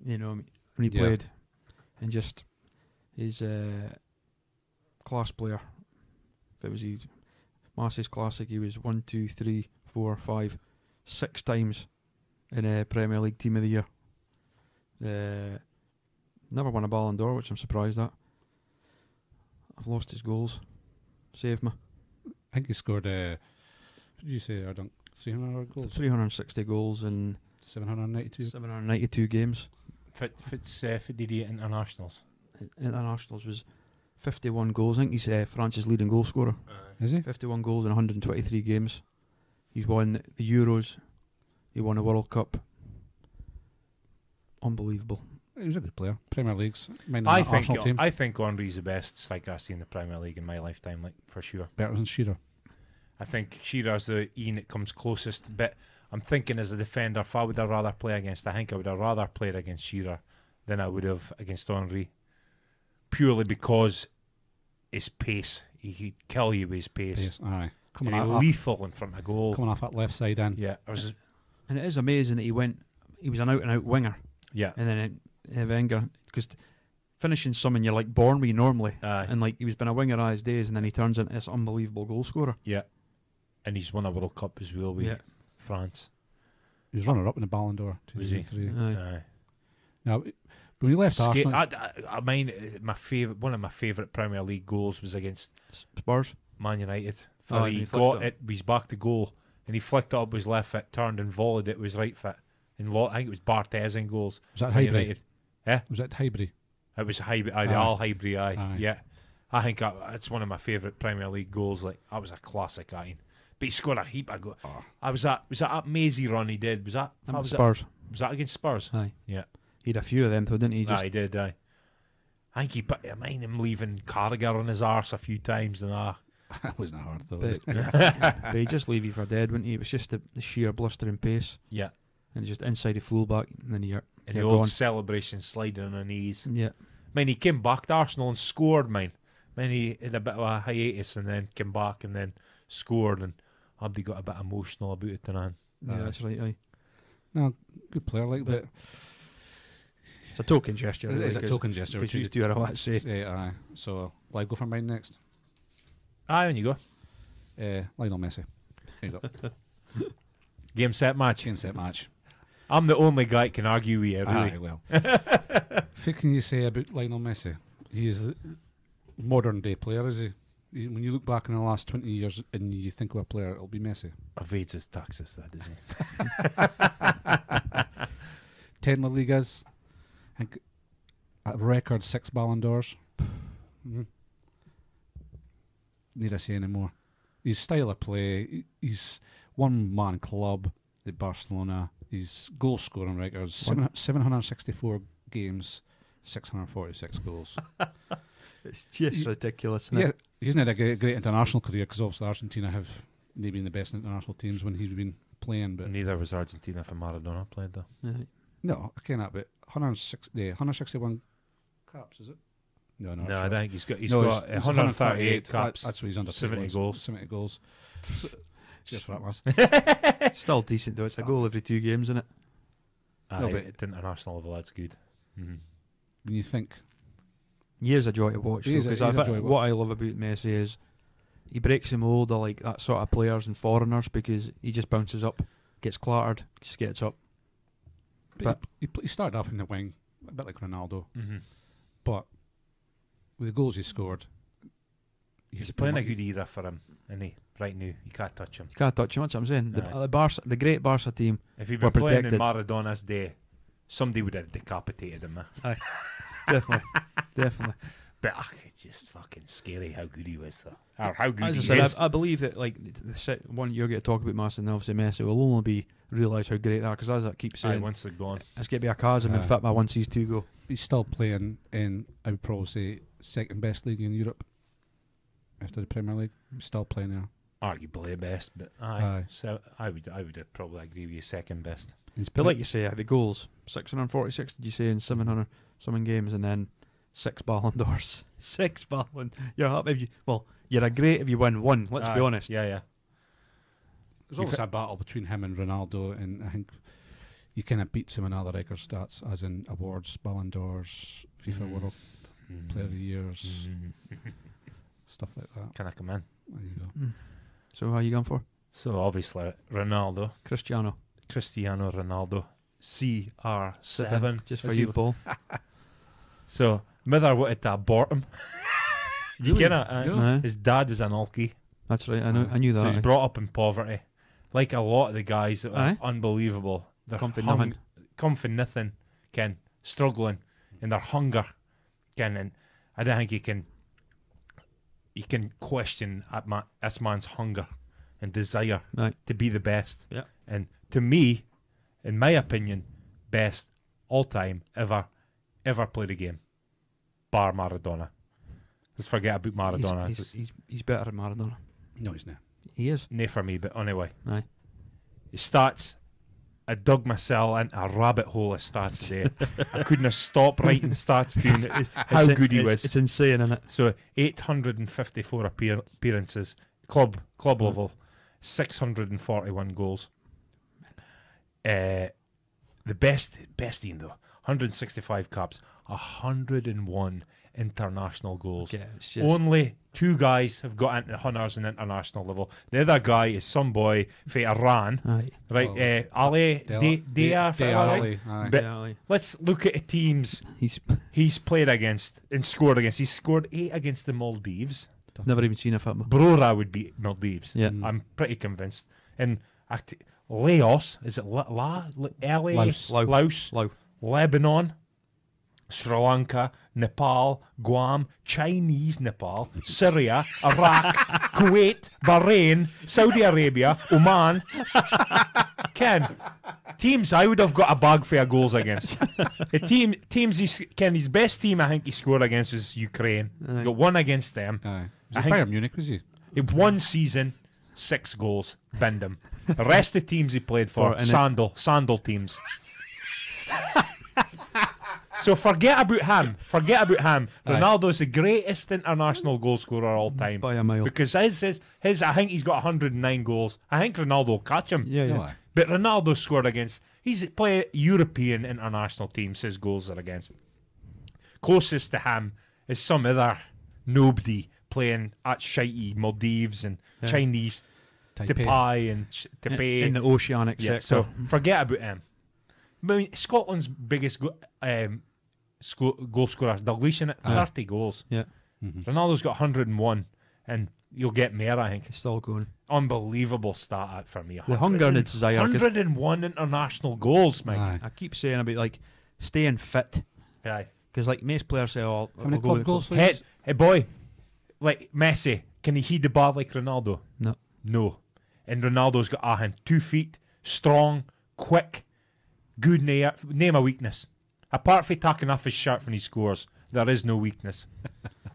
you know, when he Yeah. played. And just, he's a class player. If it was his Marseille's Classic, he was one, two, three, four, five, six times in a Premier League Team of the Year. Uh, never won a Ballon d'Or, which I'm surprised at. I've lost his goals. Save me. I think he scored. Uh, what did you say? I don't. 300 goals, 360 goals in 792. 792 games. Uh, Fit, fits uh, for DD internationals. Internationals was 51 goals. I think he's uh, France's leading goal scorer. Is he? 51 goals in 123 games. He's won the Euros. He won a World Cup. Unbelievable. He was a good player. Premier Leagues. Mine I on the think Arsenal team. I think Henry's the best striker I've seen in the Premier League in my lifetime, like for sure. Better than Shearer. I think Shearer's the Ian that comes closest, but I'm thinking as a defender, if I would have rather play against, I think I would have rather played against Shearer than I would have against Henry, purely because his pace. He could kill you with his pace. Yes, aye. Coming And he's out, that- lethal in front of goal. coming off that left side in. Yeah, I was. And it is amazing that he went. He was an out and out winger, Yeah, and then it, uh, Wenger because finishing something you're like born with normally, aye. and like he was been a winger all his days, and then he turns into this unbelievable goal scorer. and he's won a World Cup as well with Yeah. France. He was runner up in the Ballon d'Or. Was he? 2003. Aye. Aye. Now, when we left Skate, Arsenal, I, I, I mean, uh, my favorite, one of my favorite Premier League goals was against S- Spurs. Man United. Oh, Where and he he flicked got it. it, was back to goal, and he flicked it up with his left foot, turned and volleyed it with his right foot, in law. I think it was Barthez in goals. Was that Man Highbury? United. Was that Highbury? It was Highbury. Aye, the Aye. Al Highbury. Aye. Aye. Yeah. I think that- that's one of my favourite Premier League goals. Like that was a classic. I but he scored a heap. I go. I was that was that, that Maisie run he did. Was that And was that, Spurs. was that against Spurs? Aye. Yeah. He had a few of them, though, didn't he? Just aye, he did. Aye. I think he put. I mind him leaving Carragher on his arse a few times and that. That wasn't hard though. was but, it? but he'd just leave you for dead, wouldn't he? It was just the, the sheer blustering pace Yeah. and just inside the fullback, and then you're And the you're old gone. celebration sliding on her knees. yeah. Man, he came back to Arsenal and scored, man. Man, he had a bit of a hiatus and then came back and then scored. And Abdi got a bit emotional about it tonight. Yeah, Aye. that's right. Aye. Good player, like, but It's a token gesture. it really, is a 'cause- token gesture. Because which you is- just do what I want to say. Eh, aye. So, will I go for mine next? Aye, on you go. Uh, Lionel Messi. There you go. Game set match. Game set match. I'm the only guy that can argue with you, really. Aye, well. what can you say about Lionel Messi? He is the modern day player, is he? He- When you look back in the last 20 years and you think of a player, it'll be Messi. Evades his taxes, that doesn't. 10 La Ligas, I think a record six Ballon d'Ors. Mhm. Need I say any more? His style of play, he- he's one man club at Barcelona. His goal scoring records seven, 764 games, 646 goals. It's just Y- ridiculous. isn't it? yeah, he's not a great, great international career because obviously Argentina have maybe been the best international teams when he's been playing. But Neither was Argentina for Maradona played, though. Aye. no, I cannot. But 160, yeah, 161 caps, is it? No, no, No, it's I wrong. think he's got, he's No, eh, got it's- it's 138 caps. That- uh, that's what he's under. 70 goals. 70 goals. So, cheers for that, lads. Still decent though. It's a goal every two games, isn't it? Aye, No, at but- international level, that's good. hmm When you think, Years a joy to watch. He is a- Because he is a what joy to what I love about Messi is he breaks the mold of like that sort of players and foreigners because he just bounces up, gets clattered, just gets up. but he, he started off in the wing, a bit like Ronaldo, hmm but with the goals he scored, He's a playing a pretty good era for him, isn't he? Right now, you can't touch him. You can't touch him. That's what I'm saying. The, Aye. the Barca, the great Barca team. If he'd We're been playing in protected. Maradona's day, somebody would have decapitated him. eh? Definitely, definitely. But ah, it's just fucking scary how good he was, though. Or how good As I he said, is. I, I believe that like the, the set, one you're going to talk about, Mass, and obviously Messi will only be realise how great they are because as I keep Aye, saying, once they're gone. it's going to be a chasm. In Aye. fact, my one sees two go. He's still playing in, I would probably say, second best league in Europe after the Premier League. He's still playing there. Arguably best, but aye. Aye. So I would, I would probably agree with you. Second best. He's But like playing- you say, uh, the goals, 646, did you say, in 700 something games, and then six Ballon d'Ors. Six Ballon You're happy if you, well, you're a great if you win one, let's Aye, be honest. Yeah, yeah. there's always you've- a battle between him and Ronaldo, and I think he kind of beats him in other record stats, as in awards, Ballon d'Ors, FIFA Mhm. World Mm-hmm. Player of the Mhm. Years, Mhm. stuff like that. Can I come in? There you go. Mm. So, how are you going for? So obviously Ronaldo, Cristiano. Cristiano Ronaldo, CR7. Just Is for he- you, Paul. So Mither wanted to abort him. you Really? cannot. aye. Aye. His dad was an alkie. That's right, I, know, Aye. I knew So that. he's aye. brought up in poverty, like a lot of the guys that are Aye. unbelievable. They're Come for hung- nothing. Come for nothing, Ken. Struggling, and their hunger, Ken. And I don't think you can. You can question at ma this man's hunger and desire Aye. to be the best. Yeah. And to me, in my opinion, best all time ever, ever played a game, bar Maradona. Let's forget about He's- Maradona. He's, Just- he's- he's better than Maradona. No, he's not. He is. Nay for me, but anyway. Aye. It starts. I dug myself into a rabbit hole of stats there. I couldn't have stopped writing stats doing it. How It's- good he it's- was. It's insane, isn't it? So 854 appear- appearances, club club Mm. level, 641 goals. Uh, the best best team though, 165 caps, 101 international goals. Yeah, it's just, Only two guys have got into hunters in international level. The other guy is some boy from Iran, aye. right? Well, uh, Ali Dela- Day- Daya, Dele right? Alli, aye. But- Yeah, aye. Let's look at the teams He's he's played against and scored against. He scored eight against the Maldives. never even seen a football. Brora would be Maldives. Yeah. Mm. I'm pretty convinced. And I t- Laos, is it La, La, La LA? Laos. Laos. Laos, Low. Lebanon, Sri Lanka, Nepal, Guam, Chinese Nepal, Syria, Iraq, Kuwait, Bahrain, Saudi Arabia, Oman. Ken, teams I would have got a bag for your goals against. the team, teams he's, Ken, his best team I think he scored against was Ukraine. Got one against them. Aye. Was I it think- Bayern Munich, was he? In one season, six goals, bend him. The rest of the teams he played for, For an- sandal, sandal teams. so forget about him. Forget about him. Aye. Ronaldo's the greatest international goal scorer all time. By a mile. Because his, his, his, I think he's got 109 goals. I think Ronaldo will catch him. Yeah, yeah. No, aye. But Ronaldo scored against. He's play European international teams. His goals are against. Closest to him is some other nobody playing at shitey Maldives and Chinese Taipei. Taipei and Ch- In, Taipei. in the oceanic yeah, sector. so forget about him. I mean, Scotland's biggest go- um, sco- goal scorer, Dalglish, in it, Aye. thirty goals. Yeah. Mm-hmm. Ronaldo's got hundred and one, and you'll get more. I think It's still going. unbelievable stat uh, for me. The hunger and the desire. 'cause 101 international goals, Mike. Aye. I keep saying about like staying fit. Aye. Because like most players say, oh, How many I'll go club with the goals? club. was- Hey, hey, boy, like Messi, can he heed the bar like Ronaldo? No. No. And Ronaldo's got a hand, two feet, strong, quick, good na- name a weakness. Apart from taking off his shirt when he scores, there is no weakness.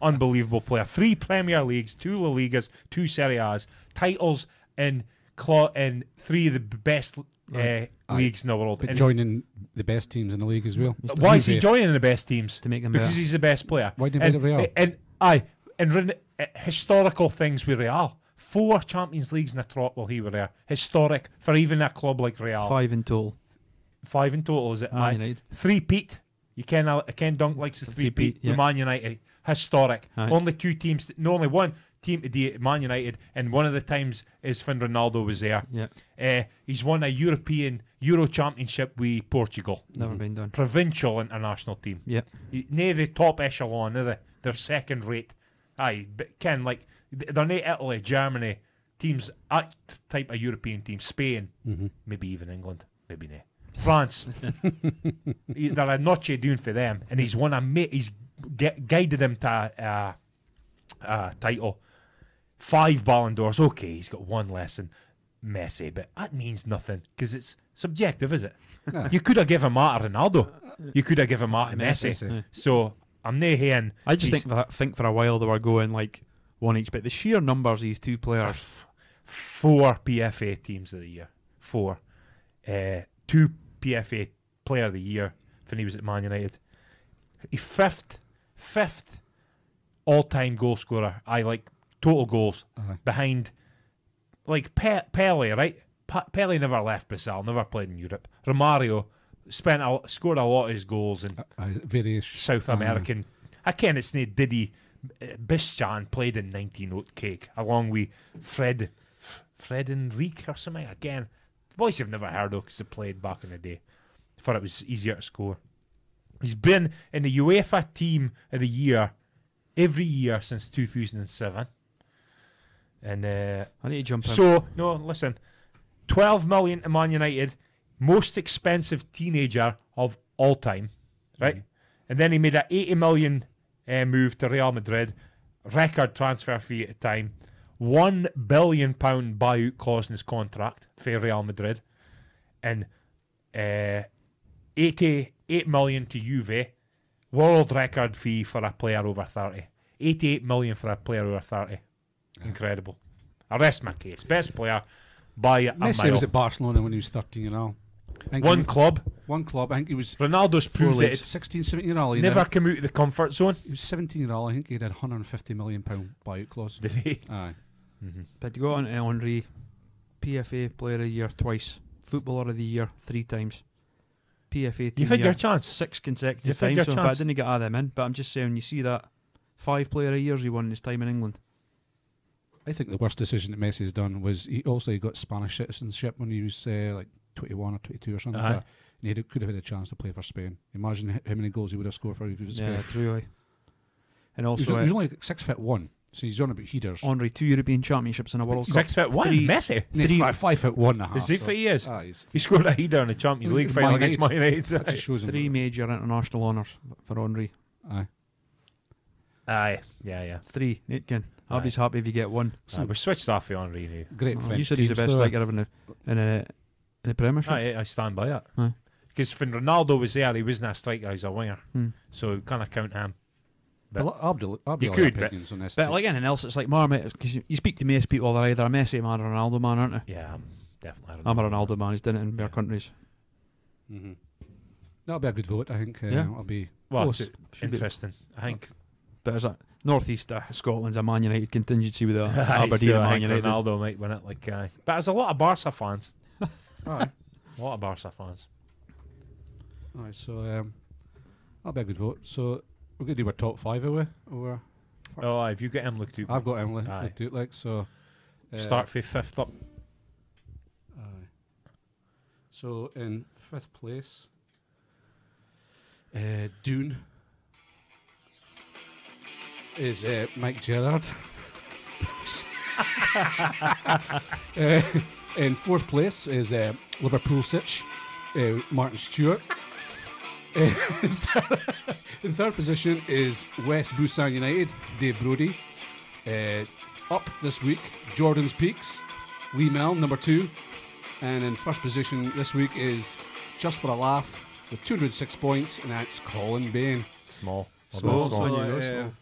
Unbelievable player. Three Premier Leagues, two La Ligas, two Serie A's, titles in, claw- in three of the best uh, leagues in the world. But And- joining the best teams in the league as well. Why is he Juve. joining the best teams? To make them because better. he's the best player. Why didn't he and, play at Real? And aye, and Ren- uh, historical things with Real. Four Champions Leagues in a trot while he were there. Historic for even a club like Real. Five in total. Five in total, is it? Man United. Three Pete. You can uh, Ken Dunk likes the three Pete. three-peat, yeah. Man United. Historic. Aye. Only two teams, no, only one team to do it, Man United, and one of the times is when Ronaldo was there. Yeah. Uh, he's won a European Euro Championship with Portugal. Never been done. Provincial international team. Yeah. Near the top echelon, are they? They're second rate. Aye, but Ken, like, th- they're near Italy, Germany, teams, that type of European team, Spain, Mm-hmm. maybe even England, maybe not. France. He- they're a notch doing for them, and he's won a mate, he's gu- guided them to a, a, a title. Five Ballon d'Ors, okay, he's got one less than Messi, but that means nothing because it's subjective, is it? No. You could have given that to Ronaldo. You could have given that to Messi. Messi. Yeah. So I'm not hearing. I just these think that, think for a while they were going like one each, but the sheer numbers these two players. four PFA teams of the year, four, uh, two PFA player of the year when he was at Man United. He fifth, fifth all-time goal scorer. I like total goals Aye. behind, like Pe- Pele, right? Pa- Pele never left Brazil, never played in Europe. Romario spent a, scored a lot of his goals in Aye, various South aye. American. I ken it's nae Diddy Bischan played in 1908 along with Fred Fred Enrique or something. Again, boys you've never heard of because they played back in the day. For it was easier to score. He's been in the UEFA team of the year every year since 2007. And uh, I need to jump in. so no, listen. Twelve million to Man United, most expensive teenager of all time, right? Mm-hmm. And then he made a eighty million uh, move to Real Madrid, record transfer fee at the time, one billion pound buyout clause in his contract for Real Madrid, and uh, eighty-eight million to Juve, world record fee for a player over thirty. Eighty-eight million for a player over thirty. Incredible. I rest my case. Best player by a Messi mile. was at Barcelona when he was 13 year old. I think One he- club. one club. I think he was Ronaldo's proved he was it. 16, 17 year old. He Never did- come out of the comfort zone. He was 17 year old. I think he had a 150 million pound buyout clause. Did he? Aye. Mm-hmm. But to go on to Henri, PFA Player of the Year twice, Footballer of the Year three times, PFA You Team think Year your chance? six You consecutive think your times. So, but I chance? didn't get all them in. But I'm just saying, you see that five Player of Years he won in his time in England. I think the worst decision that Messi's done was he also he got Spanish citizenship when he was uh, like 21 or 22 or something Aye. like that. And he had- could have had a chance to play for Spain. Imagine h- how many goals he would have scored for if he was at Spain. Yeah, truly. And He was, also, he was uh, only like six foot one, So he's on about headers. Henri, two European Championships and a World Cup. Six foot one, Three- Messi. No, three- five, five foot one and a half. Is he for so- years? Ah, he's, He scored a header in the Champions Well, League he's final Man against Man that just United. shows him. Three major international honours for Henri. Aye. Aye, yeah, yeah. Three, Aitken. I'll be Aye. just happy if you get one. Aye, we switched off on Henry now. Great Oh, French you said he's the teams, best though. striker ever in the, in, a, in the Premiership. Aye, I stand by that. Aye. Because when Ronaldo was there, he wasn't a striker, he was a winger. Hmm. So kind of count him. But li- Abdul, Abdul You had could, but- opinions on this. But too. like anything else, it's like marmite. Because you, you speak to most people, they're either a Messi man or a Ronaldo man, aren't they? Yeah, I'm definitely. I'm a Ronaldo man. He's done it in our countries. Mhm. That'll be a good vote, I think. Uh, Yeah. I'll be. Well, Close. it's Should be- interesting. I think. But as a northeast uh, Scotland's a Man United contingency with a Aye, Aberdeen so and Man I think United. Ronaldo might win it. Like, aye. but there's a lot of Barca fans. Aye. A lot of Barca fans. Aye, so um, that'll be a good vote. So we're going to do our top five, are we? Or Oh, aye, if you get him looked up, I've got Emily. Aye. I do it like so. uh, start for fifth up. Aye. So in fifth place, uh, Dune is uh, Mike Gerard. uh, in fourth place is uh, Liverpool Sitch, uh, Martin Stewart. Uh, in, third, in third position is West Busan United, Dave Brody. Uh, up this week, Jordan's Peaks, Lee Mel, number two, and in first position this week is Just for a Laugh with 206 points, and that's Colin Bain. Small. Small, Small. small. you go,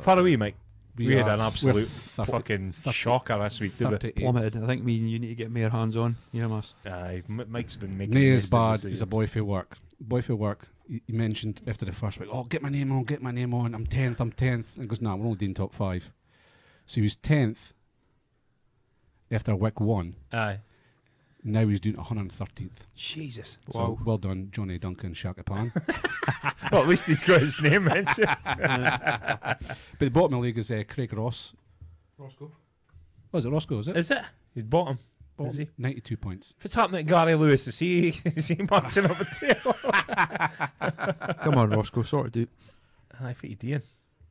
Far away, mate. We, had are- an we're absolute 30 fucking 30 shocker last week, didn't we? 38. Plummeted. I think me and you need to get more hands on. Yeah, mas. Aye, M- Mike's been making. Nay the is best of bad. decisions. He's a boy for work. Boy for work. He he mentioned after the first week, oh, get my name on, get my name on. I'm 10th, I'm 10th. And he goes, no, nah, we're only doing top five. So he was 10th after week one. Aye. Now he's doing 113th. Jesus. So well done, Johnny Duncan Shakapan. well, at least he's got his name mentioned. but the bottom of the league is uh, Craig Ross. Roscoe. Oh, is it Roscoe? Is it? Is it? He's bottom. Bottom, is he? 92 points. If it's happening to Gary Lewis, is he is he marching up a tail? Come on, Roscoe, sort it out. Aye, what are you doing?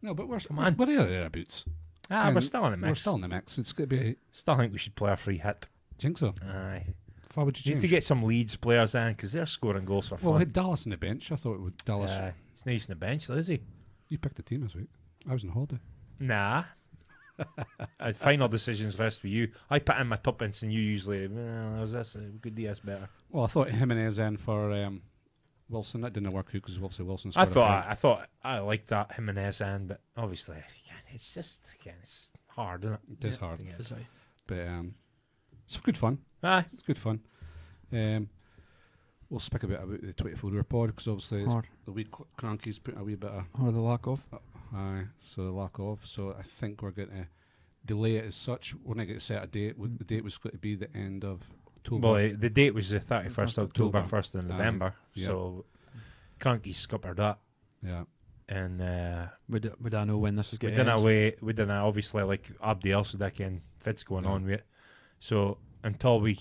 No, but we're, Come we're, on. we're there thereabouts. Ah, And we're still in the mix. We're still in the mix. It's going to be. Still think we should play a free hit. Jinx, though. Aye. Why would you Need change? to get some Leeds players in because they're scoring goals for well, we fun. had Dallas on the bench. I thought it would Dallas. Aye. He's nice on the bench, though, is he? You picked the team this week. I was on holiday. Nah. Uh, final decisions rest with you. I put in my top ends and you usually, well, how's this? Uh, We could do this better. Well, I thought Jimenez in for um, Wilson. That didn't work out because obviously Wilson I scored. a thought foul. I thought I liked that Jimenez end, but obviously yeah, it's just again, it's hard, isn't It it? is hard. Yeah. But um, it's good fun. Aye. It's good fun. Um, we'll speak a bit about the 24 hour pod because obviously it's- Hard. the wee cl- cranky's putting a wee bit of Or the lack of. Aye, so the lack of. So I think we're going to delay it as such. We're going to set a date. W- The date was going to be the end of October. Well, uh, the date was the thirty first First of October, October. first of Aye. November. Yeah. So, Cranky scuppered that, yeah. and uh, We, d- we don't know when this is we getting. didn't wait. We didn't obviously like Abdi also that and fits going Yeah. on with it. So until we,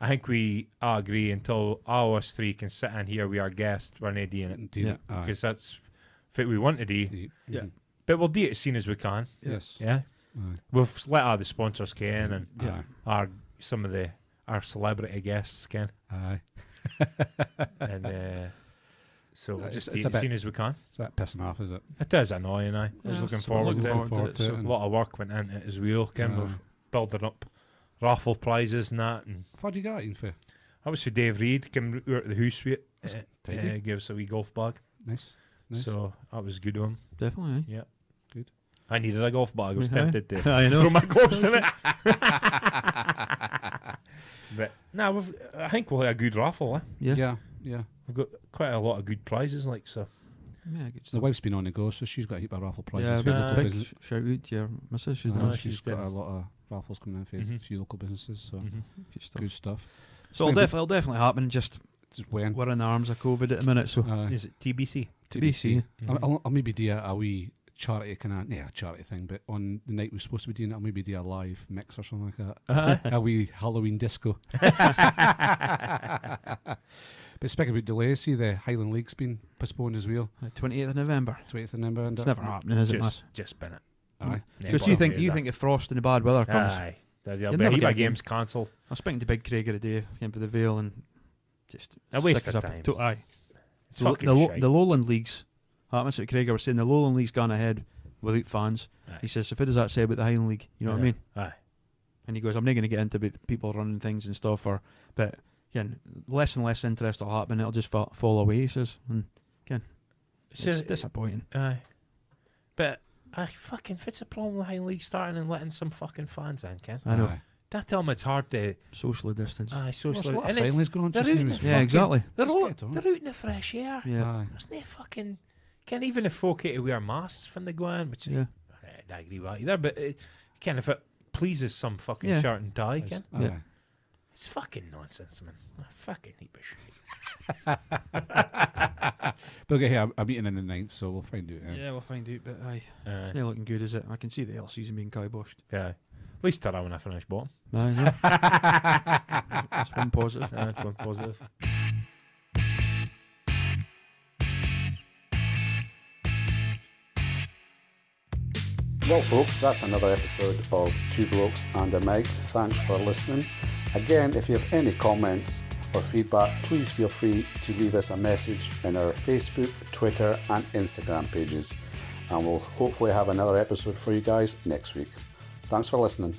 I think we all agree until all us three can sit in here, we are guests. We're not doing it Indeed. Yeah. Aye. because that's what we want to do. Ye- Yeah. mhm. But we'll do it as soon as we can. Yes. Yeah. Aye. We've let all the sponsors can and Yeah. our some of the our celebrity guests can, Aye. and uh, so we'll It's- just do it's it a as bit- soon as we can. It's that pissing off, is it? It is annoying. I Yeah, was looking so we're forward looking to it. forward to it, so- A and lot of work went into it as well. Ken, Aye. of building up raffle prizes and that, and What do you got, Ian? For that was for Dave Reed. Came out at the house with it, uh, tidy. uh, gave us a wee golf bag. nice. Nice. So that was good of him. Definitely. eh? Yeah, Good. I needed a golf bag. I was Aye. tempted to aye. I throw know. my gloves in it. but now we've I think we'll have a good raffle. Eh? Yeah. Yeah. yeah, yeah. We've got quite a lot of good prizes, like so. good The stuff. wife's been on the go, so she's got a heap of raffle prizes. for yeah, big, uh, local big business. sh- shout out to your missus. She's Uh, done Aye, it. she's she's got done. a lot of raffles coming in for Mhm. a few local businesses. So Mhm. Good stuff. good stuff. So it'll, Maybe- def- it'll definitely happen. Just Just when? uh, we're in the arms of COVID at the minute, so Aye. Is it TBC? TBC. I'll, Mm-hmm. I'll, I'll maybe do a, a wee charity kind of, yeah, charity thing, but on the night we're supposed to be doing it, I'll maybe do a live mix or something like that. a wee Halloween disco. But speaking about delays, see, the Highland League's been postponed as well. twenty eighth of November. 28th of November. and It's that- never happening, is it, just, Mas? just been it. Aye. Yeah, Because but you I'll think use you that. think if frost and the bad weather comes, Aye. There'll You'll be a never heap get a of game. games cancelled. I was speaking to Big Craig the day, came for the Vale, and just A waste sick of as time. To, aye, It's the, lo- fucking the, lo- shite. the Lowland leagues. Uh, that's what Craig was saying. The Lowland league's gone ahead without fans. Aye. He says, "So what does that say about the Highland League?" You know what I Yeah. mean? Aye. And he goes, "I'm not going to get into bit- people running things and stuff, or but again, less and less interest will happen. It'll just fa- fall away." He says, and it's So- disappointing. Aye. But I fucking fits a problem with High League starting and letting some fucking fans in, Ken. I know. Aye. That tell 'em it's hard to Socially distanced. aye What's a social lot of and it's, families going on they're just in now? it. is yeah, fucking- exactly. they're, Just all, get on they're out in the fresh air. Yeah, Aye. There's no fucking Ken, even if folk hate to wear masks from the go in, which yeah. I, I agree with you there, but it, Ken, if it pleases some fucking Yeah. shirt and tie, Ken, Aye. Yeah. it's fucking nonsense, man. I fucking heap of shit. But okay, I'm, I'm eating in the ninth, so we'll find out. Yeah. we'll find out. But aye, Aye. it's not looking good, is it? I can see the L season being cowboshed. Uh, Yeah. At least that I when I finish bottom. Aye, yeah. That's one positive. That's one positive. Well, folks, that's another episode of Two Blokes and a Mic. Thanks for listening. Again, if you have any comments or feedback, please feel free to leave us a message in our Facebook, Twitter, and Instagram pages. And we'll hopefully have another episode for you guys next week. Thanks for listening.